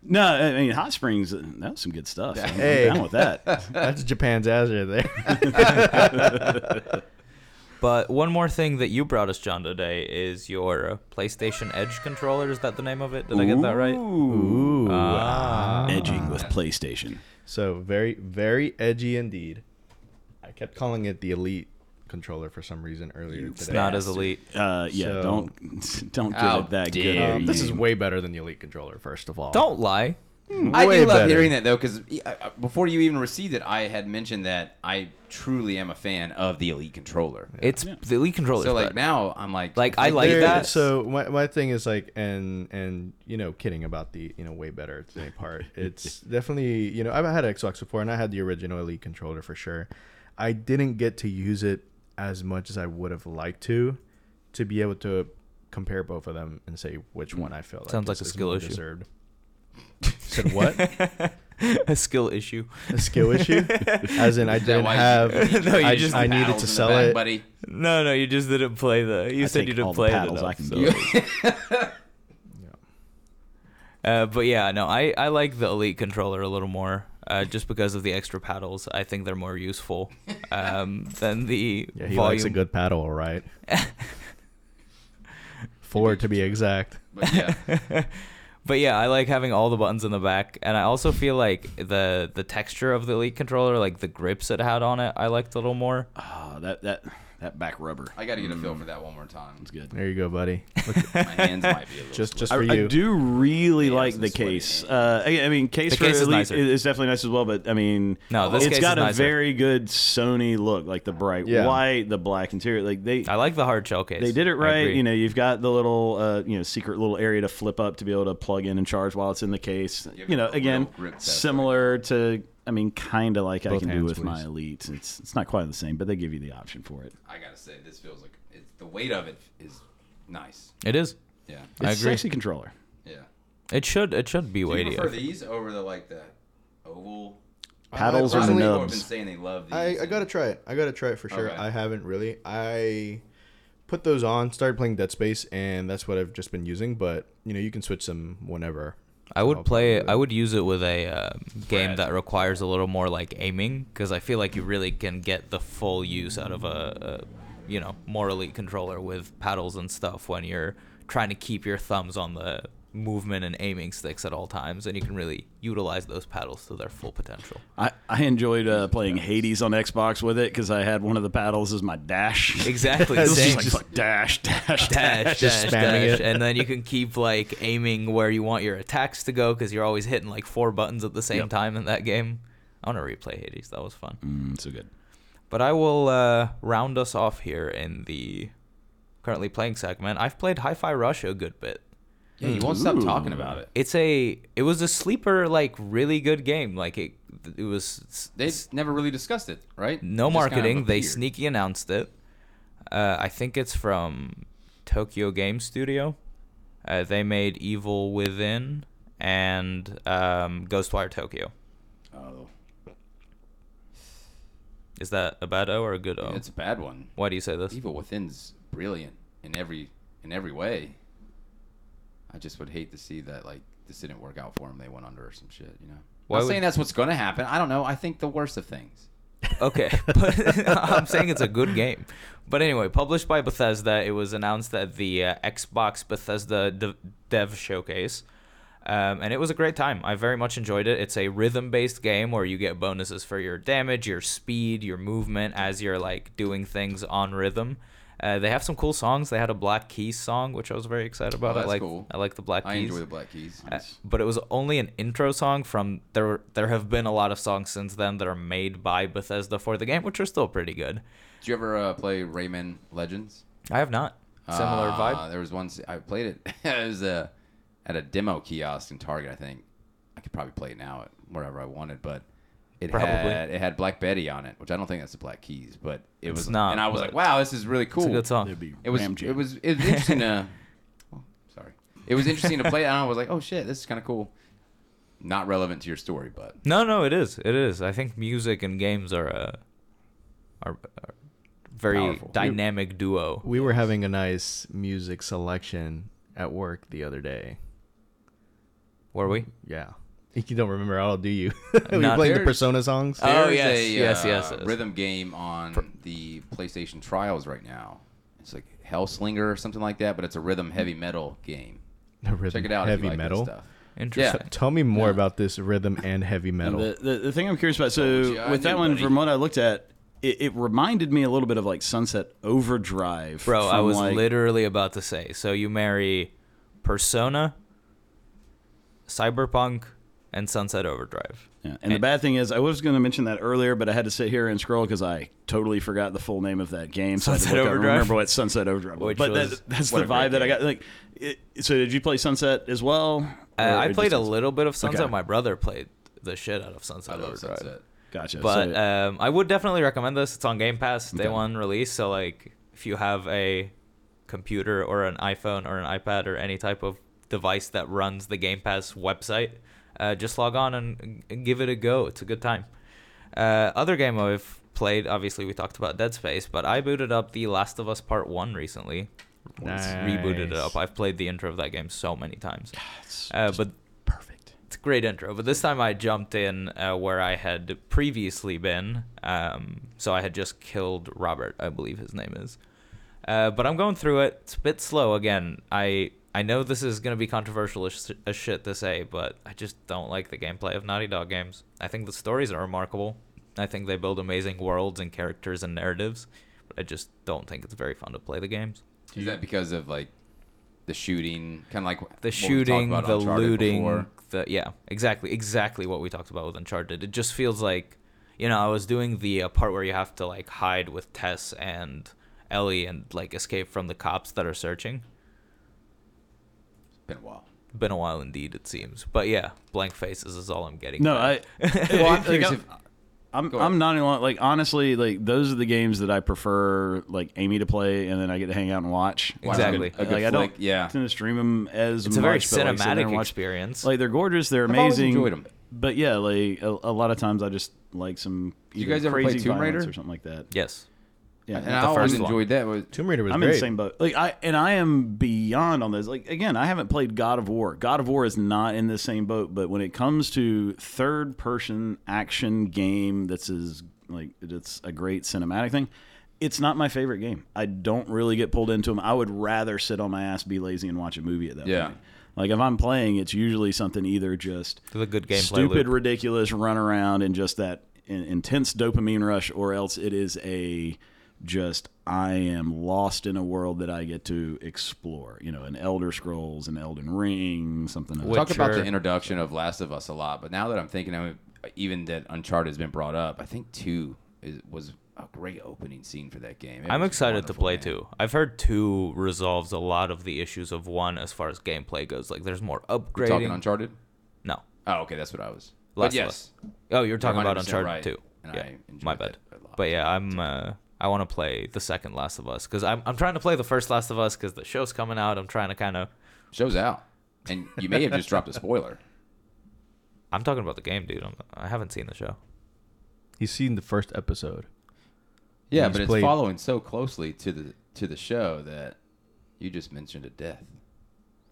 no i mean hot springs that was some good stuff i'm Hey. down with that That's Japan's ass right there. but one more thing that you brought us, John, today is your uh, PlayStation Edge controller. Is that the name of it? Did I get that right? Ooh. Ah. edging with playstation so very, very edgy indeed. I kept calling it the Elite controller for some reason earlier You today. It's not as elite. Uh, yeah, So- don't don't give How it that good. dare of you. a Um, This is name. way better than the Elite controller, first of all. Don't lie. I Way do love better. hearing that though, because uh, before you even received it, I had mentioned that I truly am a fan of the Elite controller. It's the elite controller. So is like better. now, I'm like, Like, I like There- that. So my, my thing is like, and and you know, kidding about the you know way better today part. It's definitely you know I've had Xbox before, and I had the original Elite controller for sure. I didn't get to use it as much as I would have liked to, to be able to compare both of them and say which one I feel like Sounds like is- a is skill more issue. Deserved. Said what? a skill issue. a skill issue? As in, I Is that didn't why you- have. No, you I, just- I needed paddles to in the sell back, it. buddy. No, no, you just didn't play the. You I said take you didn't all the play paddles it. I Enough, can so- do. Uh, but yeah, no, I, I like the Elite controller a little more, uh, just because of the extra paddles. I think they're more useful um, than the Yeah, he volume. likes a good paddle, all right? Four to be exact. But yeah, But yeah, I like having all the buttons in the back, and I also feel like the the texture of the Elite controller, like the grips it had on it, I liked a little more. Ah, that that that back rubber. I got to get a Mm. feel for that one more time. It's good. There you go, buddy. Look, My hands might be a little just just I, for I you. do really Yeah, like it's the a sweaty case. hand. Uh, I, I mean, case The for case is Elite nicer. is definitely nice as well. But I mean, No, this it's case got is a nicer. very good Sony look, like the bright Yeah. white, the black interior. Like they I like the hard shell case. they did I it right. agree. You know, you've got the little uh, you know secret little area to flip up to be able to plug in and charge while it's in the case. Give You it know, a again, real grip test, similar to. I mean, kind of like I Both can do hands, with my please. Elite. It's it's not quite the same, but they give you the option for it. I gotta say, this feels like it's, the weight of it is nice. it is. Yeah, It's I a agree. sexy controller. yeah. It should it should be Do you weighty. prefer these over the like the oval? Paddles or Personally, people have been nubs? saying they love these. I, I and- gotta try it. I gotta try it for sure. Okay. I haven't really. I put those on, started playing Dead Space, and that's what I've just been using. But you know, you can switch them whenever. I I'll would play it. Oh, probably- I would use it with a uh, game that requires a little more like aiming, because I feel like you really can get the full use out of a, a, you know, more elite controller with paddles and stuff when you're trying to keep your thumbs on the movement and aiming sticks at all times, and you can really utilize those paddles to their full potential. I, I enjoyed uh, playing Hades on Xbox with it because I had one of the paddles as my dash. Exactly. It was same. just like fuck, dash, dash, dash. dash, Just dash, spamming it. dash, and then you can keep like aiming where you want your attacks to go because you're always hitting like four buttons at the same time in that game. I want to replay Hades. That was fun. Mm, so good. But I will uh, round us off here in the currently playing segment. I've played Hi-Fi Rush a good bit. Yeah, you won't stop Ooh. talking about it. It's a it was a sleeper like really good game. Like it it was They never really discussed it, right? no It just kind of marketing. they appeared. sneaky announced it. Uh, I think it's from Tokyo Game Studio. Uh, they made Evil Within and um, Ghostwire Tokyo. Oh, Is that a bad O or a good O? it's a bad one. Why do you say this? Evil Within's brilliant in every in every way. I just would hate to see that like this didn't work out for him. They went under or some shit, you know. Why I'm would- saying that's what's gonna happen. I don't know. I think the worst of things. Okay, but I'm saying it's a good game. But anyway, published by Bethesda, it was announced at the uh, Xbox Bethesda dev, dev showcase, um, and it was a great time. I very much enjoyed it. It's a rhythm-based game where you get bonuses for your damage, your speed, your movement as you're like doing things on rhythm. Uh, they have some cool songs. They had a Black Keys song, which I was very excited about. I Oh, that's like cool. I like the Black I Keys Uh, enjoy the Black Keys. but it was only an intro song from there were- there have been a lot of songs since then that are made by Bethesda for the game which are still pretty good. Did you ever uh, play Rayman Legends? I have not similar Uh, vibe. There was one I played it. it was uh at a demo kiosk in Target. I think I could probably play it now at wherever I wanted, but it Probably. had it had Black Betty on it, which I don't think that's the Black Keys, but it was. not, and I was but like, wow, this is really cool. It's a good song. It'd be It was. Ram It Jam. was. It was interesting to. oh, sorry. It was interesting to play. it, And I was like, oh shit, this is kind of cool. Not relevant to your story, but No, no, it is. It is. I think music and games are a are, are very Powerful. dynamic duo. We were having a nice music selection at work the other day. Were we? Yeah. If you don't remember, I'll do you. we were Not- playing the There's- Persona songs. Oh, There's yes, a, yes, uh, yes, yes. Rhythm game on the PlayStation Trials right now. It's like Hellslinger or something like that, but it's a rhythm heavy metal game. Check it out. if you Heavy like that metal. stuff. Interesting. Tell me more about this rhythm and heavy metal. The, the, the thing I'm curious about, so you I with that knew, one, buddy. from what I looked at, it, it reminded me a little bit of like Sunset Overdrive. Bro, I from, was like, literally about to say. So you marry Persona, Cyberpunk, and Sunset Overdrive. Yeah. And the bad thing is, I was going to mention that earlier, but I had to sit here and scroll because I totally forgot the full name of that game. So I Sunset had to look up and Overdrive? remember what Sunset Overdrive. was. Which but that- was- that's what the a great vibe that I game. got. Like, it, so did you play Sunset as well? Uh, Or- I or played a just- little bit of Sunset. Okay. My brother played the shit out of Sunset I love Overdrive. Sunset. Gotcha. But So- um, I would definitely recommend this. It's on Game Pass day Okay. one release. So like, if you have a computer or an iPhone or an iPad or any type of device that runs the Game Pass website, uh, just log on and g- give it a go. It's a good time. Uh, other game I've played, obviously we talked about Dead Space, but I booted up The Last of Us Part One recently. Nice. Rebooted it up. I've played the intro of that game so many times. it's Uh, just but perfect. it's a great intro, but this time I jumped in uh, where I had previously been. Um, so I had just killed Robert, I believe his name is. Uh, but I'm going through it. It's a bit slow again. I I know this is going to be controversial as, as shit to say, but I just don't like the gameplay of Naughty Dog games. I think the stories are remarkable. I think they build amazing worlds and characters and narratives, but I just don't think it's very fun to play the games. Is that because of like the shooting, kind of like what the we talked shooting, about the Uncharted looting, before? the yeah, exactly, exactly what we talked about with Uncharted. It just feels like, you know, I was doing the uh, part where you have to like hide with Tess and Ellie and like escape from the cops that are searching. It's been a while. Been a while indeed, it seems. But yeah, blank faces is all I'm getting. No, from I. it. Well, I'm Like, curious I- if I'm Go ahead. I'm not even like honestly like those are the games that I prefer like Amy to play and then I get to hang out and watch. Wow, Exactly. a good- a good like I don't flick, yeah. tend to stream them as it's a much, very but, like, sit there and cinematic watch- experience. Like they're gorgeous, they're I've always amazing. enjoyed 'em. But yeah, like a, a lot of times I just like some you either guys ever play crazy Tomb violence Raider? or something like that. yes, Yeah, and I always first one. enjoyed that. Was, Tomb Raider was I'm great. in the same boat. Like I and I am beyond on this. Like again, I haven't played God of War. God of War is not in the same boat, but when it comes to third person action game that's as like it's a great cinematic thing, it's not my favorite game. I don't really get pulled into them. I would rather sit on my ass, be lazy and watch a movie at that Yeah. point. Like if I'm playing, it's usually something either just the good gameplay. stupid, loop. ridiculous run around and just that in- intense dopamine rush, or else it is a just I am lost in a world that I get to explore. You know, an Elder Scrolls, an Elden Ring, something. Of talk about Witcher. the introduction of Last of Us a lot, but now that I'm thinking of it, even that Uncharted has been brought up, I think two is, was a great opening scene for that game. It I'm was excited to wonderful, play man. two. I've heard two resolves a lot of the issues of one as far as gameplay goes. Like there's more We're talking upgrading. Uncharted. no, Oh, okay, that's what I was. Last But of yes, Oh, you were talking about 100% Uncharted right, 2. and yeah, I enjoyed my bad. that a lot. But yeah, I'm uh, I want to play the second Last of Us because I'm I'm trying to play the first Last of Us because the show's coming out. I'm trying to kind of shows out, and you may have just dropped a spoiler. I'm talking about the game, dude. I'm, I haven't seen the show. He's seen the first episode. Yeah, He's but it's played- following so closely to the to the show that you just mentioned a death.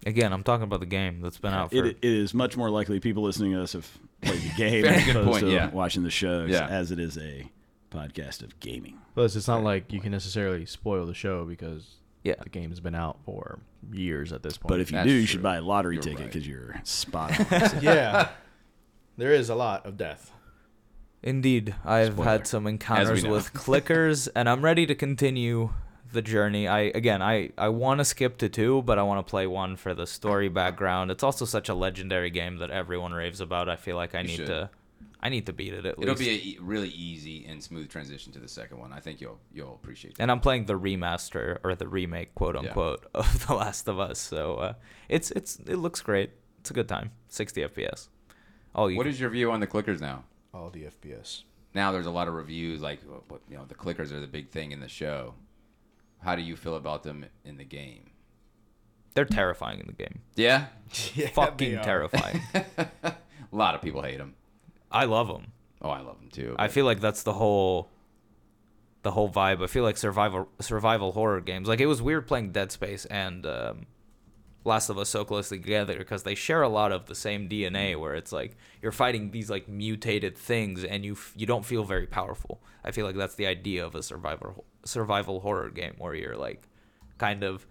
Again, I'm talking about the game that's been uh, out for. it, it is much more likely people listening to us have played the game Very as good opposed point, to yeah. watching the show, Yeah. as it is a podcast of gaming. Plus, it's not like you can necessarily spoil the show because Yeah. the game's been out for years at this point. But if you That's do, you true. should buy a lottery You're ticket right. because you're spot on. yeah, there is a lot of death. Indeed, I've Spoiler. had some encounters know. with clickers, and I'm ready to continue the journey. I again, I I want to skip to two, but I want to play one for the story background. It's also such a legendary game that everyone raves about. I feel like I need should. to, I need to beat it at It'll least. be a e- really easy and smooth transition to the second one. I think you'll you'll appreciate that. and I'm playing the remaster or the remake, quote Yeah. unquote, of The Last of Us. So uh, it's it's it looks great. It's a good time. 60 FPS. Oh, you What can- is your view on the clickers now? All the FPS. Now there's a lot of reviews like uh, what- you know the clickers are the big thing in the show. How do you feel about them in the game? they're terrifying in the game. Yeah, Fucking terrifying. a lot of people hate them. I love them. Oh, I love them too. I but- feel like that's the whole the whole vibe. I feel like survival survival horror games. Like it was weird playing Dead Space and um, Last of Us so closely together because they share a lot of the same DNA. Where it's like you're fighting these like mutated things and you f- you don't feel very powerful. I feel like that's the idea of a survival survival horror game where you're like kind of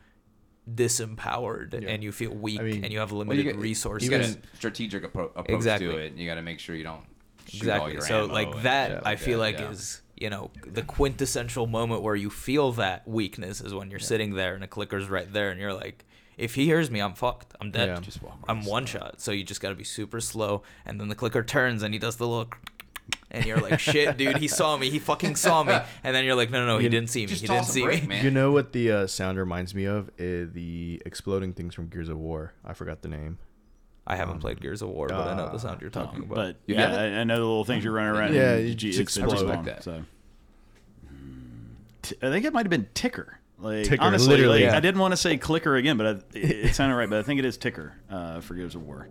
disempowered and you feel weak mean, and you have Well, you limited got- resources. You got a strategic appro- approach Exactly. to it. and You got to make sure you don't shoot all exactly your so ammo like and that shit i feel like yeah. is you know, the quintessential moment where you feel that weakness is when you're sitting there and a clicker's right there and you're like, if he hears me, I'm fucked. I'm dead. Yeah. Just walk I'm one shot. So you just got to be super slow. And then the clicker turns and he does the little. And you're like, shit, dude, he saw me. He fucking saw me. And then you're like, no, no, no, he didn't see me. Just He toss didn't a see brick, me. man. You know what the uh, sound reminds me of? Uh, the exploding things from Gears of War. I forgot the name. I haven't played Gears of War, but I know the sound you're talking about. Um, But You yeah, have I, I know the little things you're running around. Yeah, and you gee, just it's- it's explode. wrong, Like that. So. T- I think it might have been ticker. Like Ticker, honestly, literally, like, yeah. I didn't want to say clicker again, but I, it, it sounded right. But I think it is ticker uh, for Gears of War.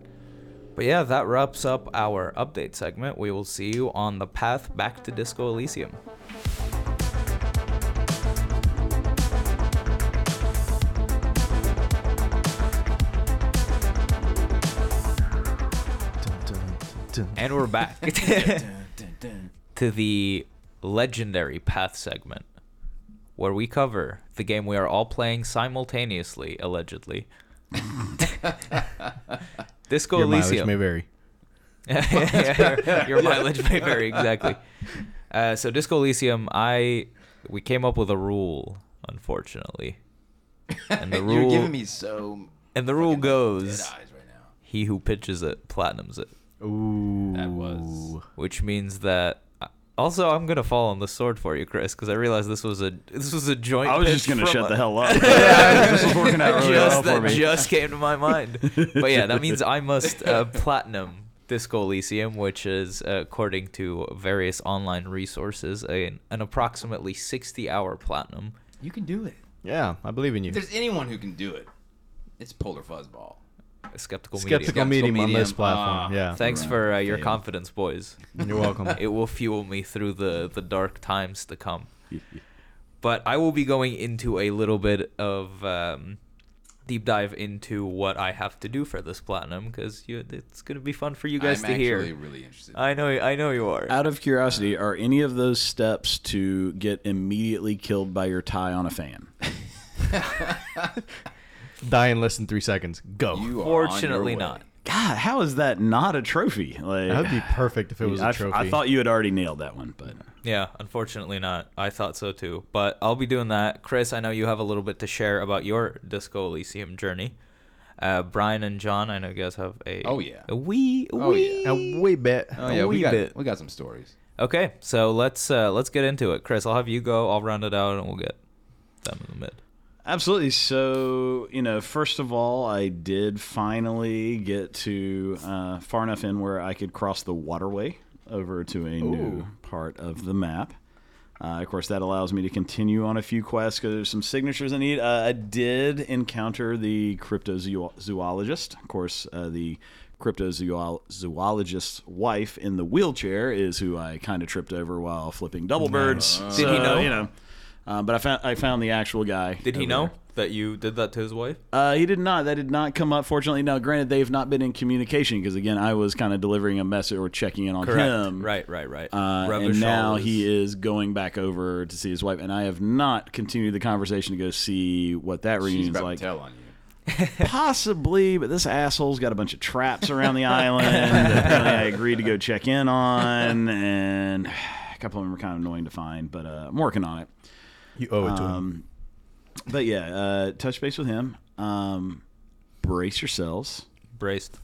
But yeah, that wraps up our update segment. We will see you on the path back to Disco Elysium. And we're back to the legendary path segment, where we cover the game we are all playing simultaneously, allegedly. Disco Your mileage Elysium. may vary. Yeah, your- your mileage may vary exactly. Uh, so Disco Elysium, I we came up with a rule, unfortunately, and the You're rule giving me so. and the rule fucking goes: Dead eyes right now. he who pitches it platinums it, Ooh. That was- which means that. uh, Also, I'm gonna fall on the sword for you, Chris, because I realized this was a this was a joint. I was pitch just gonna from shut a- the hell up. this is working out really well just for that me. just came to my mind. But yeah, that means I must uh, platinum Disco Elysium, which is, uh, according to various online resources, an, an approximately 60 hour platinum. You can do it. Yeah, I believe in you. If there's anyone who can do it, it's Polar Fuzzball. Skeptical, Skeptical medium. medium, on medium. this platform. Ah, yeah. Thanks for uh, your confidence, boys. You're welcome. It will fuel me through the, the dark times to come. But I will be going into a little bit of um, deep dive into what I have to do for this platinum because it's going to be fun for you guys I'm to hear. actually really interested. I know, I know you are. Out of curiosity, are any of those steps to get immediately killed by your tie on a fan? Die in less than three seconds. Go. you are on your Fortunately, way. not. God, how is that not a trophy? Like That'd be perfect if it was I a f- trophy. I thought you had already nailed that one, but Yeah, unfortunately not. I thought so too, but I'll be doing that. Chris, I know you have a little bit to share about your Disco Elysium journey. Uh, Brian and John, I know you guys have a Oh, yeah. a wee a Oh, wee. yeah. Now, way bet. Oh yeah, we wee got bit. we got some stories. Okay, so let's uh, let's get into it. Chris, I'll have you go. I'll round it out, and we'll get them in the mid. Absolutely. So, you know, first of all, I did finally get to uh, far enough in where I could cross the waterway over to a new part of the map. Uh, of course, that allows me to continue on a few quests because there's some signatures I need. Uh, I did encounter the cryptozoologist. Of course, uh, the cryptozoologist's wife in the wheelchair is who I kind of tripped over while flipping double birds. Did he So, know? You know um, but I found I found the actual guy. Did he over know there. that you did that to his wife? Uh, he did not. That did not come up. Fortunately, now granted, they've not been in communication because again, I was kind of delivering a message or checking in on him. Right, right, right. Uh, and Revishal now is- he is going back over to see his wife, and I have not continued the conversation to go see what that She's reunion about is like. to tell on you. Possibly, but this asshole's got a bunch of traps around the island. that apparently I agreed to go check in on, and a couple of them are kind of annoying to find, but uh, I'm working on it. You owe it to him. Um, But yeah, uh, touch base with him. Um, brace yourselves. braced.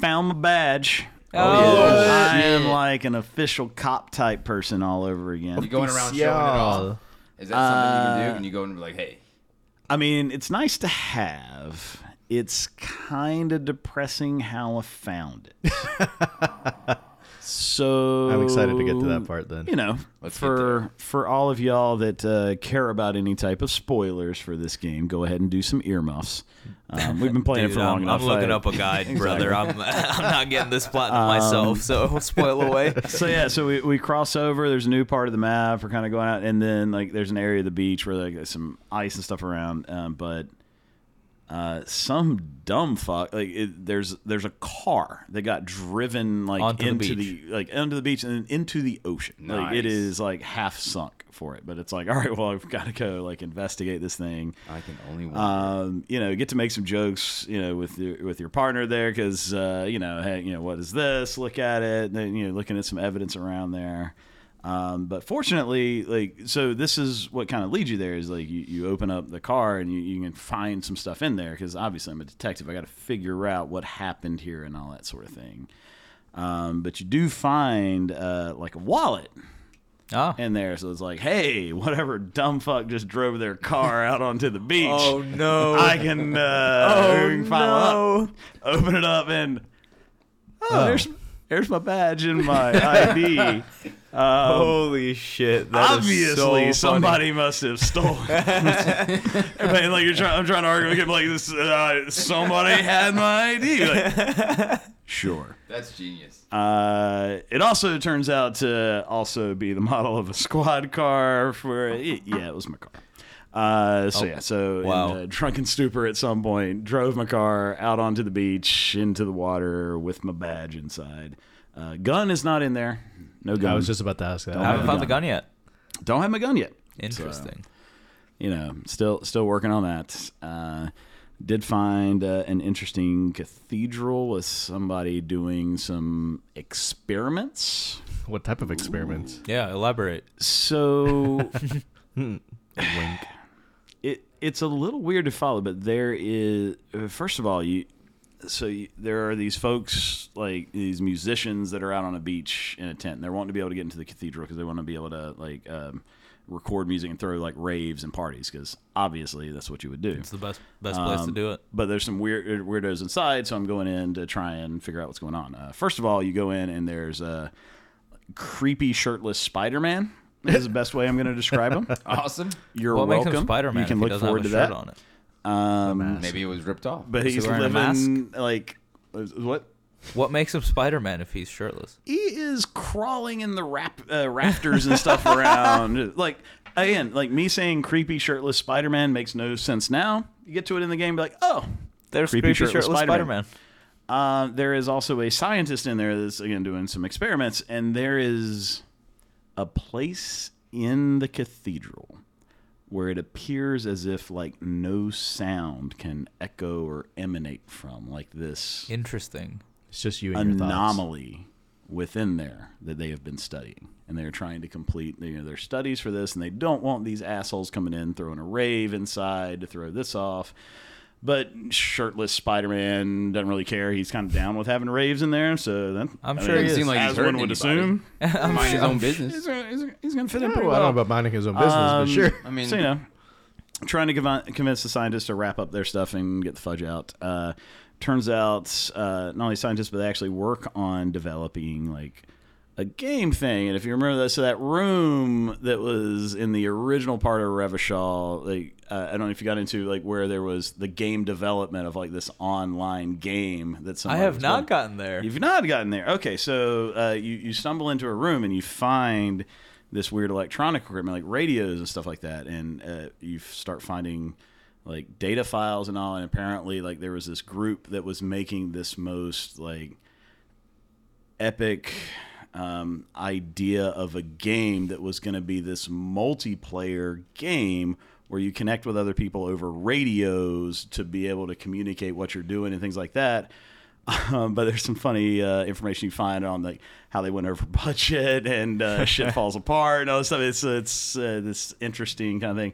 Found my badge. Oh, I shit. am like an official cop type person all over again. You going around showing it off? Is that something you can do? Can you go and be like, hey, I mean, it's nice to have. It's kind of depressing how I found it. so I'm excited to get to that part then. Oh. You know, Let's get for for all of y'all that uh, care about any type of spoilers for this game, go ahead and do some earmuffs. Um, we've been playing it Dude, for long I'm, enough. I'm looking I- up a guide, brother. I'm I'm not getting this platinum myself, so spoil away. Um, so yeah, so we, we cross over. There's a new part of the map. We're kind of going out, and then like there's an area of the beach where like there's some ice and stuff around. Um, but uh, some dumb fuck like it, there's there's a car that got driven like Onto the into beach. like onto the beach and then into the ocean. Like it Nice. is like half sunk for it. But it's like all right, well I've got to go like investigate this thing I can only win. um, you know, get to make some jokes, you know, with your, with your partner there, because uh, you know, hey, you know, what is this? Look at it, and then you know, looking at some evidence around there. Um, but fortunately, like so, this is what kind of leads you there is like you, you open up the car and you, you can find some stuff in there because obviously I'm a detective. I got to figure out what happened here and all that sort of thing. Um, but you do find uh, like a wallet Ah, in there, so it's like, hey, whatever dumb fuck just drove their car out onto the beach. Oh, no. I can uh, Oh, we can file up, open it up, and oh, there's there's my badge and my ID. Holy shit! that is so Obviously, funny. somebody must have stolen. Everybody, like you're trying, I'm trying to argue with him, like this. Uh, somebody had my ID. Like, sure. That's genius. Uh, it also turns out to also be the model of a squad car. For yeah, it was my car. Uh, Oh, so yeah, so Wow. in a drunken stupor at some point, drove my car out onto the beach, into the water with my badge inside. Uh, gun is not in there. No gun. I was just about to ask that. I haven't Yeah. found the gun yet. Don't have my gun yet. Interesting. you know, still still working on that. Uh, did find uh, an interesting cathedral with somebody doing some experiments. What type of experiments? yeah, elaborate. So Wink. it it's a little weird to follow, but there is uh, first of all you. So you, there are these folks, like these musicians, that are out on a beach in a tent. And they're wanting to be able to get into the cathedral because they want to be able to like um, record music and throw like raves and parties because obviously that's what you would do. It's the best best place to Um, do it. But there's some weird uh, weirdos inside, so I'm going in to try and figure out what's going on. Uh, first of all, you go in and there's a creepy shirtless Spider-Man. Is the best way I'm going to describe him. Awesome. You're What welcome. makes him Spider-Man? You can if look he doesn't forward have to a that. Shirt on it. Um, Maybe it was ripped off. but Is he he's wearing a mask? living like what? What makes him Spider-Man if he's shirtless? He is crawling in the rap, uh, rafters and stuff around. Like again, like me saying creepy shirtless Spider-Man makes no sense now. You get to it in the game, be like, oh, There's Creepy creepy, shirtless shirtless, Spider-Man. Spider-Man. Uh, there is also a scientist in there that's again doing some experiments, and there is a place in the cathedral where it appears as if like no sound can echo or emanate from, like this Interesting. It's just you and your thoughts. anomaly within there that they have been studying, and they are trying to complete you know, their studies for this, and they don't want these assholes coming in throwing a rave inside to throw this off. But shirtless Spider-Man doesn't really care. He's kind of down with having raves in there, so that, I'm sure he as is. Seem like one he's hurting would anybody. assume, Mind his own he's, business. he's, he's going to fit in Yeah, pretty well, I well. don't know about minding his own business, but Um, sure. I mean, so you know, trying to convi- convince the scientists to wrap up their stuff and get the fudge out. Uh, turns out, uh, not only scientists, but they actually work on developing like a game thing. And if you remember that, so that room that was in the original part of Revachol, like uh, I don't know if you got into like where there was the game development of like this online game that I somebody have was not building. gotten there. You've not gotten there. Okay, so uh, you you stumble into a room and you find this weird electronic equipment like radios and stuff like that, and uh, you f- start finding like data files and all. And apparently, like there was this group that was making this most like epic um, idea of a game that was going to be this multiplayer game where you connect with other people over radios to be able to communicate what you're doing and things like that. Um, but there's some funny uh, information you find on like how they went over budget and uh, shit falls apart and all this stuff. It's it's uh, this interesting kind of thing.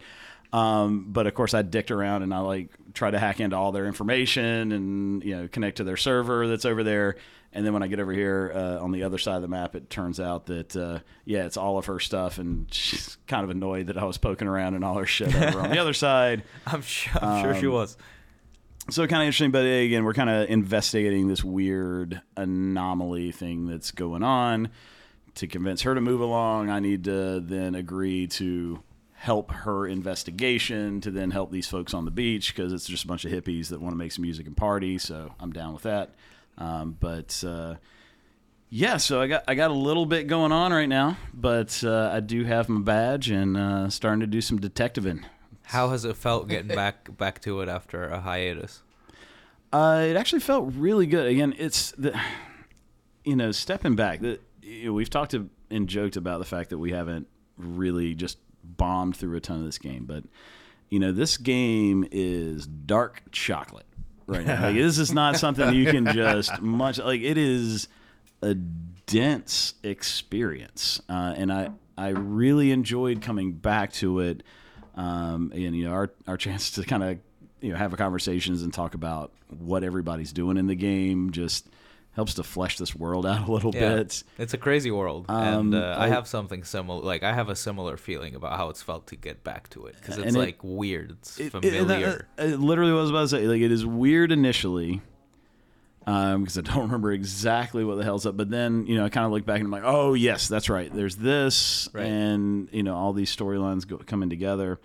Um, but of course, I dicked around and I like tried to hack into all their information and you know connect to their server that's over there. And then when I get over here uh, on the other side of the map, it turns out that uh, yeah, it's all of her stuff, and she's kind of annoyed that I was poking around and all her shit over on the other side. I'm sure. I'm sure Um, she was. So kind of interesting, but again, we're kind of investigating this weird anomaly thing that's going on. To convince her to move along, I need to then agree to help her investigation to then help these folks on the beach because it's just a bunch of hippies that want to make some music and party. So I'm down with that. Um, but uh, yeah, so I got I got a little bit going on right now, but uh, I do have my badge and uh, starting to do some detectiving. How has it felt getting back back to it after a hiatus? Uh, it actually felt really good. Again, it's the, you know, stepping back. The, you know, we've talked to, and joked about the fact that we haven't really just bombed through a ton of this game, but you know, this game is dark chocolate right now. Like, this is not something you can just much like. It is a dense experience, uh, and I I really enjoyed coming back to it. Um, and you know, our our chance to kind of you know have a conversations and talk about what everybody's doing in the game just helps to flesh this world out a little Yeah, bit. it's a crazy world, and Um, uh, I I- have something similar. Like I have a similar feeling about how it's felt to get back to it because it's And it- like weird, it's It- familiar. It, that- uh, it literally was about to say. Like it is weird initially, because um, I don't remember exactly what the hell's up. But then you know, I kind of look back and I'm like, oh yes, that's right. There's this, Right. and you know, all these storylines go- coming together.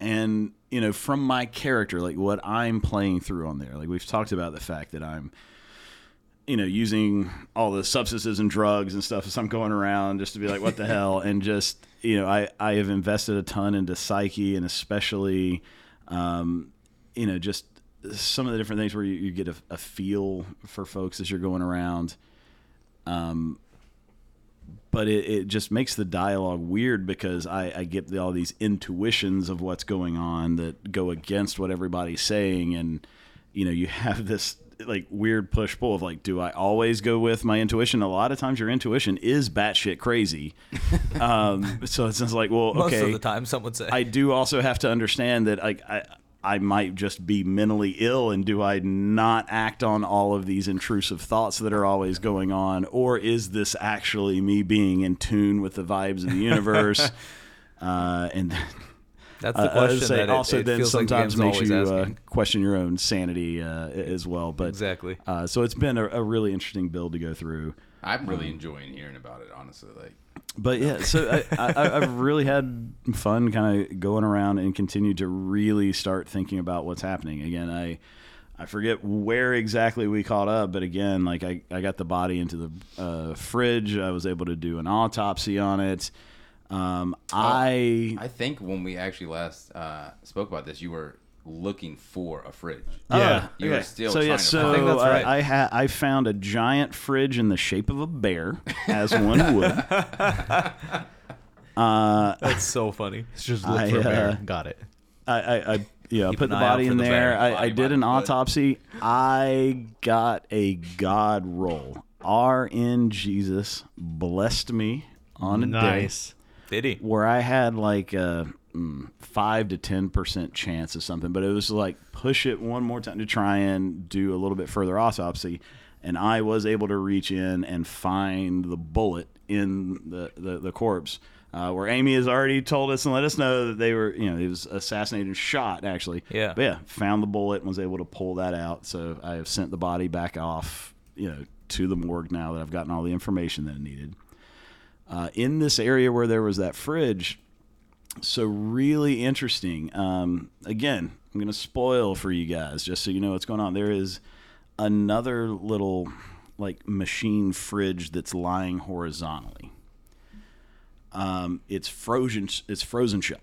And you know, from my character, like what I'm playing through on there, like we've talked about the fact that I'm you know, using all the substances and drugs and stuff as I'm going around just to be like, what the hell? And just, you know, I, I have invested a ton into psyche and especially, um, you know, just some of the different things where you, you get a, a feel for folks as you're going around. Um, but it, it just makes the dialogue weird because I, I get the, all these intuitions of what's going on that go against what everybody's saying. And, you know, you have this like weird push pull of like, do I always go with my intuition? A lot of times your intuition is batshit crazy. um, so it's just like, well, Most okay. of the time, someone said, I do also have to understand that like I I might just be mentally ill and do I not act on all of these intrusive thoughts that are always going on or is this actually me being in tune with the vibes of the universe? uh, and "That's the uh, I- I would question." say that it- also it then feels like the sometimes game's makes you always uh, asking. question your own sanity uh, as well. But exactly. uh, so it's been a, a really interesting build to go through. I'm really enjoying hearing about it, honestly. Like, But yeah, so I, I, I've really had fun kind of going around and continue to really start thinking about what's happening. Again, I I forget where exactly we caught up, but again, like I, I got the body into the uh, fridge. I was able to do an autopsy on it. Um, Oh. I, I think when we actually last uh, spoke about this, you were looking for a fridge. yeah, you were still so yeah, trying to so uh, find- I think that's right. I, I, ha- I found a giant fridge in the shape of a bear, as one would. That's so funny. It's just look I, for a uh, bear. Got it. I, I, I yeah, I Keep put the an eye out body for in the there. bear. I, I Body by did the an foot. autopsy. I got a god roll. R in Jesus blessed me on a Nice. Did he? day where I had like a mm, five to ten percent chance of something, but it was like push it one more time to try and do a little bit further autopsy, and I was able to reach in and find the bullet in the the, the corpse. Uh, where Amy has already told us and let us know that they were, you know, he was assassinated and shot, actually. Yeah. But yeah, found the bullet and was able to pull that out. So I have sent the body back off, you know, to the morgue now that I've gotten all the information that I needed uh, in this area where there was that fridge. So really interesting. Um, again, I'm gonna spoil for you guys just so you know what's going on. There is another little like machine fridge that's lying horizontally. Um, it's frozen. It's frozen shut.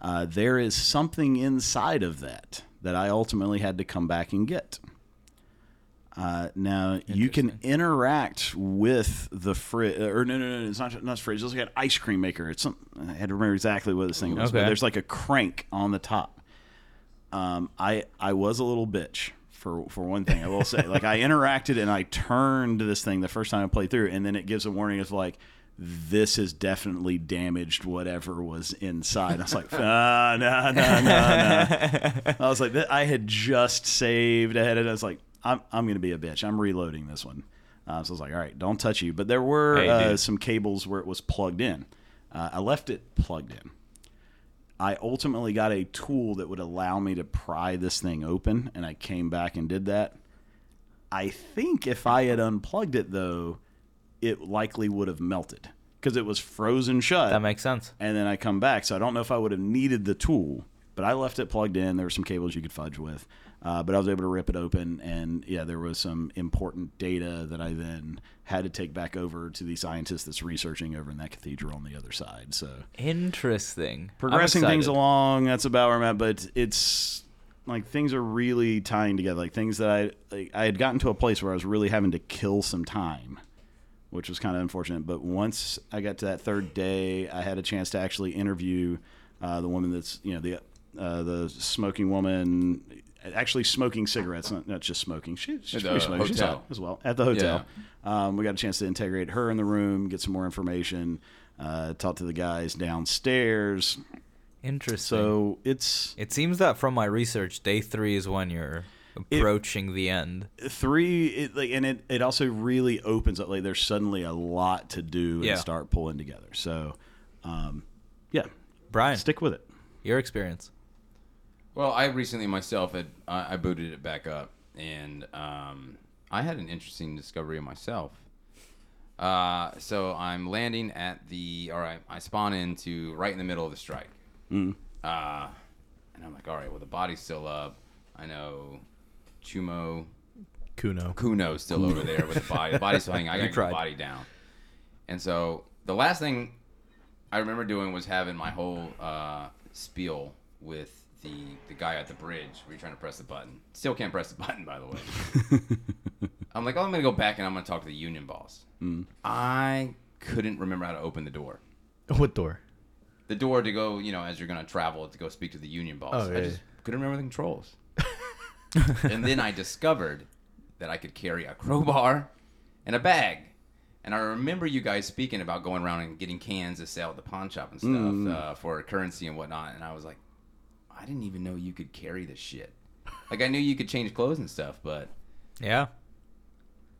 Uh, there is something inside of that that I ultimately had to come back and get. Uh, now you can interact with the fridge, or no, no, no, it's not not fridge. It's like an ice cream maker. It's some, I had to remember exactly what this thing was. But Okay. there's like a crank on the top. Um, I I was a little bitch for for one thing. I will say, like I interacted and I turned this thing the first time I played through, and then it gives a warning of like. This has definitely damaged whatever was inside. I was like, ah, no, no, no, no. I was like, I had just saved ahead, and I was like, I'm, I'm going to be a bitch. I'm reloading this one. Uh, so I was like, all right, don't touch you. But there were Hey, uh, dude. some cables where it was plugged in. Uh, I left it plugged in. I ultimately got a tool that would allow me to pry this thing open, and I came back and did that. I think if I had unplugged it, though, it likely would have melted because it was frozen shut That makes sense. and then I come back. So I don't know if I would have needed the tool, but I left it plugged in. There were some cables you could fudge with, uh, but I was able to rip it open, and yeah, there was some important data that I then had to take back over to the scientist that's researching over in that cathedral on the other side. So Interesting. I'm progressing things excited. along. That's about where I'm at, but it's like things are really tying together. Like things that I like, I had gotten to a place where I was really having to kill some time, which was kind of unfortunate. But once I got to that third day, I had a chance to actually interview uh, the woman that's you know the uh, the smoking woman. actually smoking cigarettes, not, not just smoking. She, she's the free smoking. She's hotel. hot as well at the hotel. Um, we got a chance to integrate her in the room, get some more information, uh, talk to the guys downstairs. Interesting. So it's it seems that from my research, day three is when you're approaching the end. three, it, like, and it, it also really opens up. Like there's suddenly a lot to do Yeah. and start pulling together. So, um, yeah, Brian, stick with it. your experience. Well, I recently myself had I, I booted it back up, and um, I had an interesting discovery of myself. Uh, so I'm landing at the all right. I spawn into right in the middle of the strike, uh, and I'm like, all right, well the body's still up. I know Chumo Kuno. Kuno's still over there with the body. The body's still hanging. I gotta get tried. the body down. And so the last thing I remember doing was having my whole uh, spiel with the the guy at the bridge. where you are trying to press the button. Still can't press the button, by the way. I'm like, oh, I'm gonna go back and I'm gonna talk to the union boss. I couldn't remember how to open the door. What door? The door to go, you know, as you're gonna travel to go speak to the union boss. Oh, I yeah, just yeah. couldn't remember the controls. and then I discovered that I could carry a crowbar and a bag. And I remember you guys speaking about going around and getting cans to sell at the pawn shop and stuff uh, for currency and whatnot. And I was like, I didn't even know you could carry this shit. Like I knew you could change clothes and stuff, but Yeah.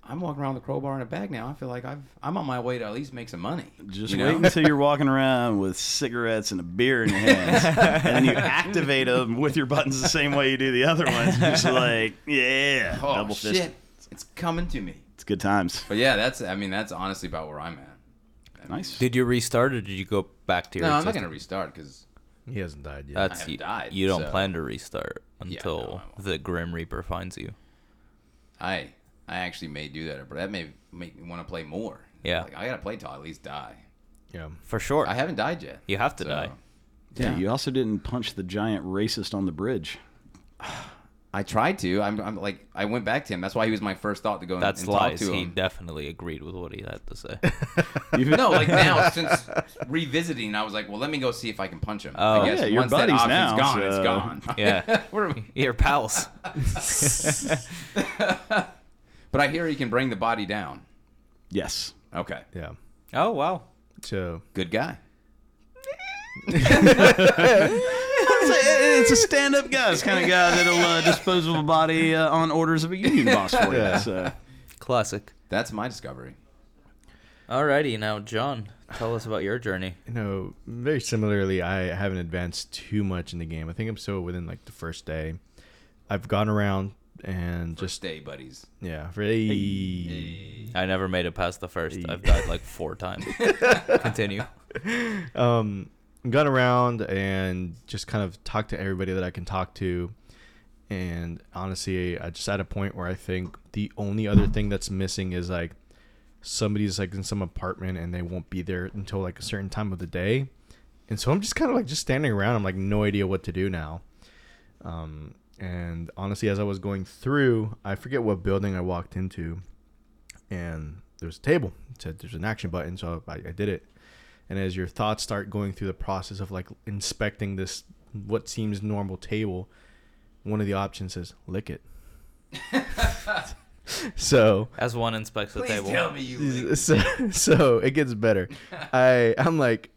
I'm walking around with a crowbar and a bag now. I feel like I've I'm on my way to at least make some money. Just you know? wait until you're walking around with cigarettes and a beer in your hands, and then you activate them with your buttons the same way you do the other ones. Just like, yeah, Oh double shit, fist. it's coming to me. It's good times. But yeah, that's I mean that's honestly about where I'm at. Nice. Did you restart or did you go back to your? No, I'm not existing- gonna restart because He hasn't died Uh, yet. That's haven't you, died, you don't so- plan to restart no, until I won't. the Grim Reaper finds you. I I actually may do that, but that may make me want to play more. Yeah. like, I gotta play till I at least die. yeah. For sure. I haven't died yet. You have to die. Yeah. You also didn't punch the giant racist on the bridge. I tried to. I'm, I'm like I went back to him. That's why he was my first thought to go and, That's and talk lies. to He him. definitely agreed with what he had to say. no, like now since revisiting, I was like, well, let me go see if I can punch him. Oh. I guess Yeah, your once that buddies option's now, gone, so- it's gone. yeah. We're- Your pals. but I hear he can bring the body down. Yes. Okay, Yeah. Oh wow. So good guy. It's a stand up guy. It's kind of guy that'll uh, dispose of a body uh, on orders of a union boss for you. Yeah. So. Classic. That's my discovery. Alrighty, now John, tell us about your journey. you know, very similarly, I haven't advanced too much in the game. I think I'm still within like the first day. I've gone around and Just just stay, buddies. yeah, very I never made it past the first. I've died like four times. Continue. um, gone around and just kind of talked to everybody that I can talk to. And honestly, I just at a point where I think the only other thing that's missing is like somebody's like in some apartment and they won't be there until like a certain time of the day. And so I'm just kind of like just standing around. I'm like no idea what to do now. Um, and honestly, as I was going through, I forget what building I walked into, and there was a table. It said there's an action button, so I, I did it and as your thoughts start going through the process of like inspecting this what seems normal table one of the options is lick it so As one inspects the Please table. tell me you. licked so, so it gets better i i'm like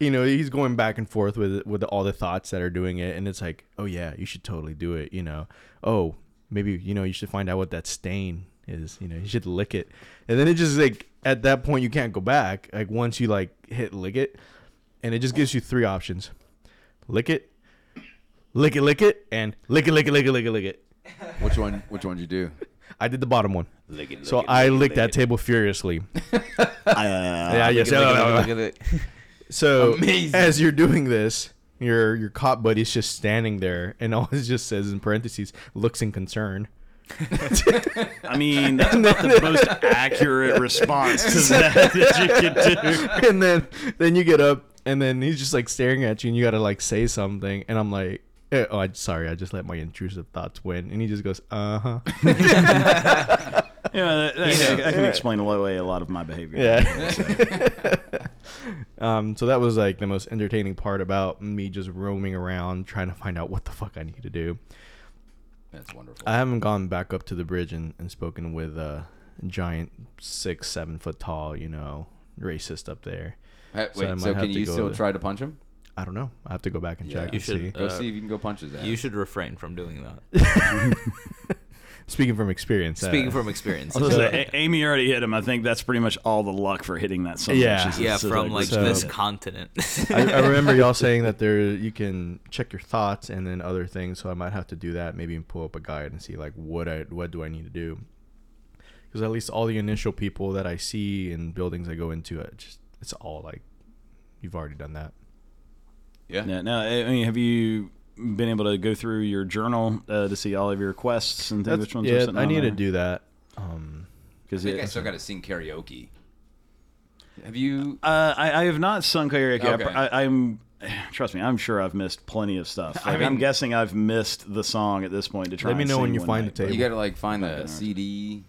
you know he's going back and forth with with all the thoughts that are doing it and it's like oh yeah you should totally do it you know oh maybe you know you should find out what that stain is you know you should lick it and then it just like at that point you can't go back like once you like hit lick it and it just gives you three options lick it lick it lick it and lick it lick it lick it lick it lick it Which one? Which one did you do? i did the bottom one so i licked that table furiously uh, yeah yes So Amazing. as you're doing this, your your cop buddy's just standing there, and all it just says in parentheses looks in concern. I mean, that's about the most accurate response to that that you could do. and then then you get up, and then he's just like staring at you, and you gotta like say something, and I'm like. eh, Oh, I, sorry. I just let my intrusive thoughts win, and he just goes, "Uh huh." Yeah, that, that, that can explain away a lot of my behavior. Yeah. um. So that was like the most entertaining part about me just roaming around trying to find out what the fuck I need to do. That's wonderful. I haven't gone back up to the bridge and, and spoken with a giant six, seven foot tall, you know, racist up there. Hey, so I wait, might so, have can to you go still there. try to punch him? I don't know. I have to go back and Yeah. check. You and should, see. Go Uh, see if you can go punch his ass. You should refrain from doing that. Speaking from experience. uh, Speaking from experience. So, A- Amy already hit him. I think that's pretty much all the luck for hitting that. Something. Yeah. yeah, from like so- this continent. I, I remember y'all saying that there you can check your thoughts and then other things. So I might have to do that. Maybe and pull up a guide and see like what I what do I need to do. Because at least all the initial people that I see in buildings I go into, it just it's all like you've already done that. yeah. Yeah, now, I I mean, have you been able to go through your journal uh, to see all of your quests and things? That's- Which ones are yeah, sitting I on need to there? do that. Um, Cause I think it- I still got to sing karaoke. Have you? Uh, I, I have not sung karaoke. I Okay. pr- I, am trust me, I'm sure I've missed plenty of stuff. I Like, I'm mean- guessing I've missed the song at this point to try. Let me and know when sing you one find night, the but- tape. You got to like find Not the gonna- CD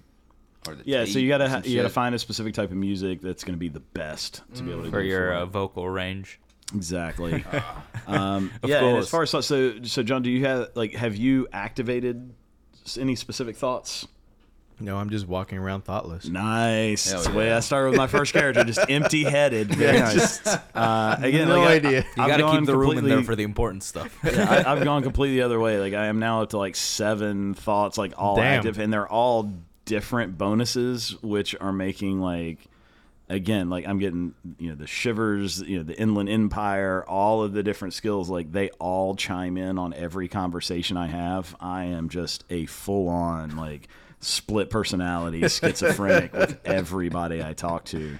or the. Yeah, so tape you gotta or ha- some you gotta shit. find a specific type of music that's gonna be the best to be able to for do your it. uh, vocal range. exactly. um, yeah, and as course. far as so so John, do you have like have you activated s- any specific thoughts? no, I'm just walking around thoughtless. Nice. Hell That's the way yeah. I started with my first character, just empty headed. Very nice. uh, again, no like, I- idea. I- You I've got to gone keep the room Uh, in there completely- for the important stuff. yeah, I, I've gone completely the other way. Like I am now up to like seven thoughts, like all Damn. active, and they're all different bonuses, which are making like again, like I'm getting you know the shivers, you know the Inland Empire, all of the different skills. Like they all chime in on every conversation I have. I am just a full on like split personality schizophrenic with everybody I talk to,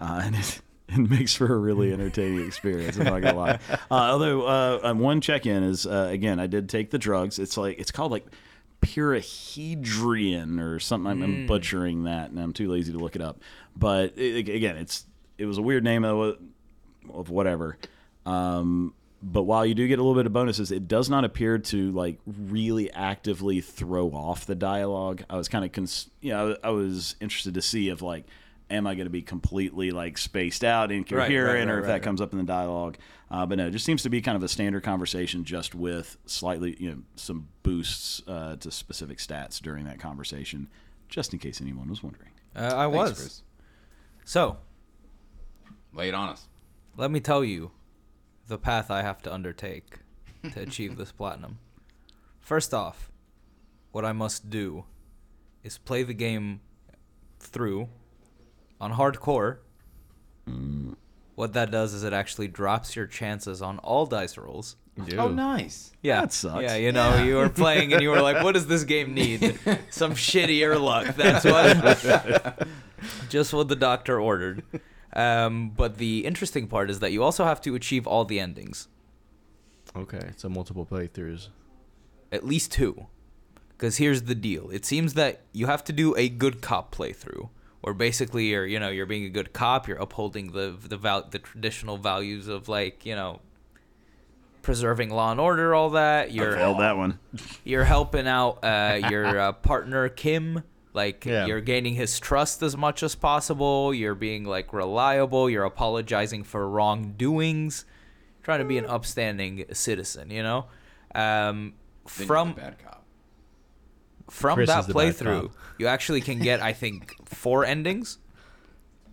uh, and. It, it makes for a really entertaining experience. I'm not gonna lie. Uh, although uh, um, one check-in is uh, again, I did take the drugs. It's like it's called like pyrahedrian or something. I'm, I'm butchering that, and I'm too lazy to look it up. But i i- again, it's it was a weird name of, of whatever. Um, but while you do get a little bit of bonuses, it does not appear to like really actively throw off the dialogue. I was kind of cons- you know I was interested to see if like. Am I going to be completely like spaced out, incoherent, or right, if right, that right. comes up in the dialogue? Uh, but no, it just seems to be kind of a standard conversation, just with slightly, you know, some boosts uh, to specific stats during that conversation, just in case anyone was wondering. Uh, I Thanks, was. Chris. So, Lay it on us. let me tell you the path I have to undertake to achieve this platinum. First off, what I must do is play the game through on hardcore. Mm. What that does is it actually drops your chances on all dice rolls. Oh, nice. Yeah, That sucks. Yeah, you know, you were playing and you were like, "What does this game need? Some shittier luck." That's what. Just what the doctor ordered. Um, but the interesting part is that you also have to achieve all the endings, Okay, so multiple playthroughs. at least two. Because here's the deal: it seems that you have to do a good cop playthrough, where basically you're, you know, you're being a good cop, you're upholding the the val- the traditional values of like, you know, preserving law and order, all that. You're Failed that one. you're helping out uh, your uh, partner Kim. Like Yeah. you're gaining his trust as much as possible. You're being like reliable. You're apologizing for wrongdoings. Trying to be an upstanding citizen, you know. Um, Then you're from the bad cop. from Chris that is the bad playthrough, cop. you actually can get I think four endings.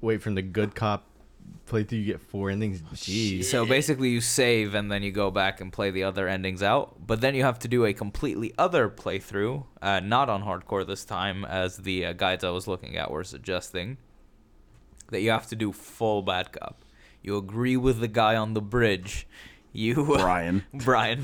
Wait, from the good cop playthrough, you get four endings. Oh, Jeez. So basically, you save and then you go back and play the other endings out. But then you have to do a completely other playthrough, uh, not on hardcore this time, as the uh, guides I was looking at were suggesting. That you have to do full bad cop. You agree with the guy on the bridge. You uh, Brian. Brian,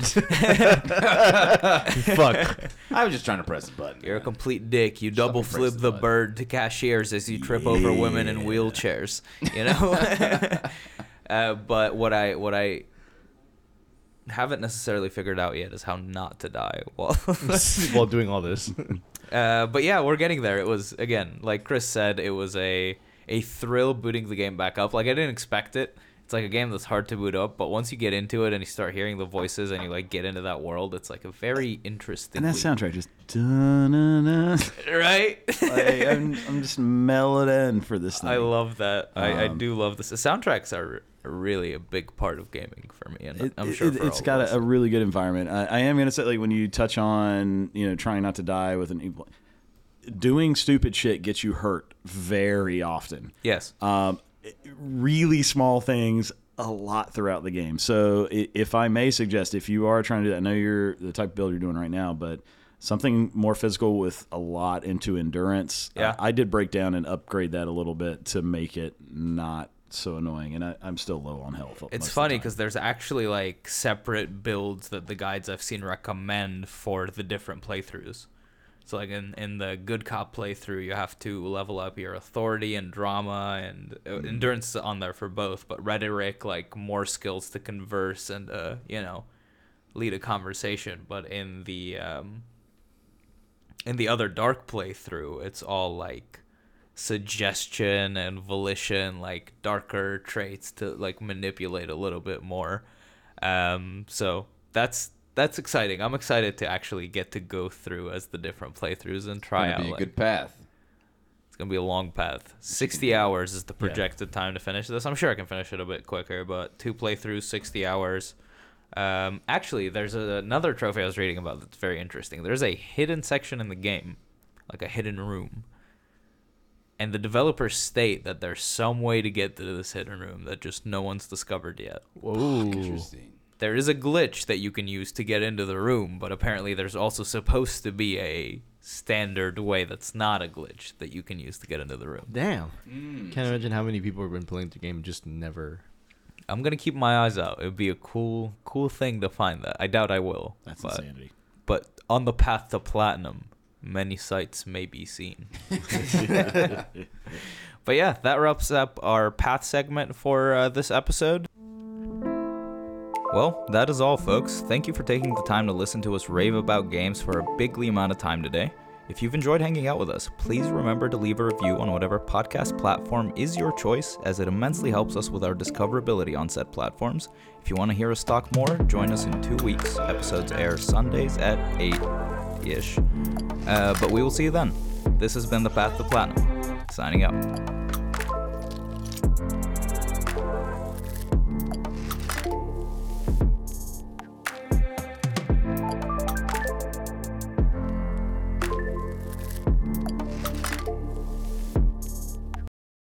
Fuck. I was just trying to press the button. you're a complete dick. You double press flip the the button. bird to cashiers as you trip over women in wheelchairs. You know. uh, but what I what I haven't necessarily figured out yet is how not to die. Well, While doing all this. uh, but yeah, we're getting there. It was again, like Chris said, it was a a thrill booting the game back up. Like I didn't expect it. It's like a game that's hard to boot up, but once you get into it and you start hearing the voices and you like get into that world, it's like a very interesting. And that soundtrack just. dun-dun-dun. right? right? Like, I'm, I'm just mellowed in for this thing. I love that. I, I Um, do love this. The soundtracks are really a big part of gaming for me, and It, I'm it- sure it, for has all got of us. a, a really good environment. I, I am gonna say, like, when you touch on, you know, trying not to die with an evil, doing stupid shit gets you hurt very often. yes. Um, really small things a lot throughout the game. So i- if I may suggest, if you are trying to do that, I know you're the type of build you're doing right now, but something more physical with a lot into endurance. Yeah. I, I did break down and upgrade that a little bit to make it not so annoying. And I, I'm still low on health. most of It's the funny time. because there's actually like separate builds that the guides I've seen recommend for the different playthroughs. So like in, in the good cop playthrough, you have to level up your authority and drama and uh, Mm-hmm. endurance is on there for both, but rhetoric like more skills to converse and uh you know lead a conversation. But in the um, in the other dark playthrough, it's all like suggestion and volition, like darker traits to like manipulate a little bit more. Um, so that's that's exciting. I'm excited to actually get to go through as the different playthroughs and try Gonna out. be a like- good path. it's gonna be a long path. Sixty hours is the projected time to finish this. I'm sure I can finish it a bit quicker, but two playthroughs, sixty hours. Um, actually, there's a, another trophy I was reading about that's very interesting. There's a hidden section in the game, like a hidden room, and the developers state that there's some way to get to this hidden room that just no one's discovered yet Whoa. Interesting. there is a glitch that you can use to get into the room, but apparently there's also supposed to be a standard way that's not a glitch that you can use to get into the room. Damn. Can't imagine how many people have been playing the game and just never. I'm gonna keep my eyes out. It'd be a cool, cool thing to find that. I doubt I will. that's but, insanity. But on the path to platinum, many sights may be seen. but yeah, that wraps up our path segment for uh, this episode. Well, that is all, folks. Thank you for taking the time to listen to us rave about games for a bigly amount of time today. If you've enjoyed hanging out with us, please remember to leave a review on whatever podcast platform is your choice, as it immensely helps us with our discoverability on said platforms. If you want to hear us talk more, join us in two weeks. Episodes air Sundays at 8 ish. Uh, but we will see you then. This has been The Path to Platinum, signing out.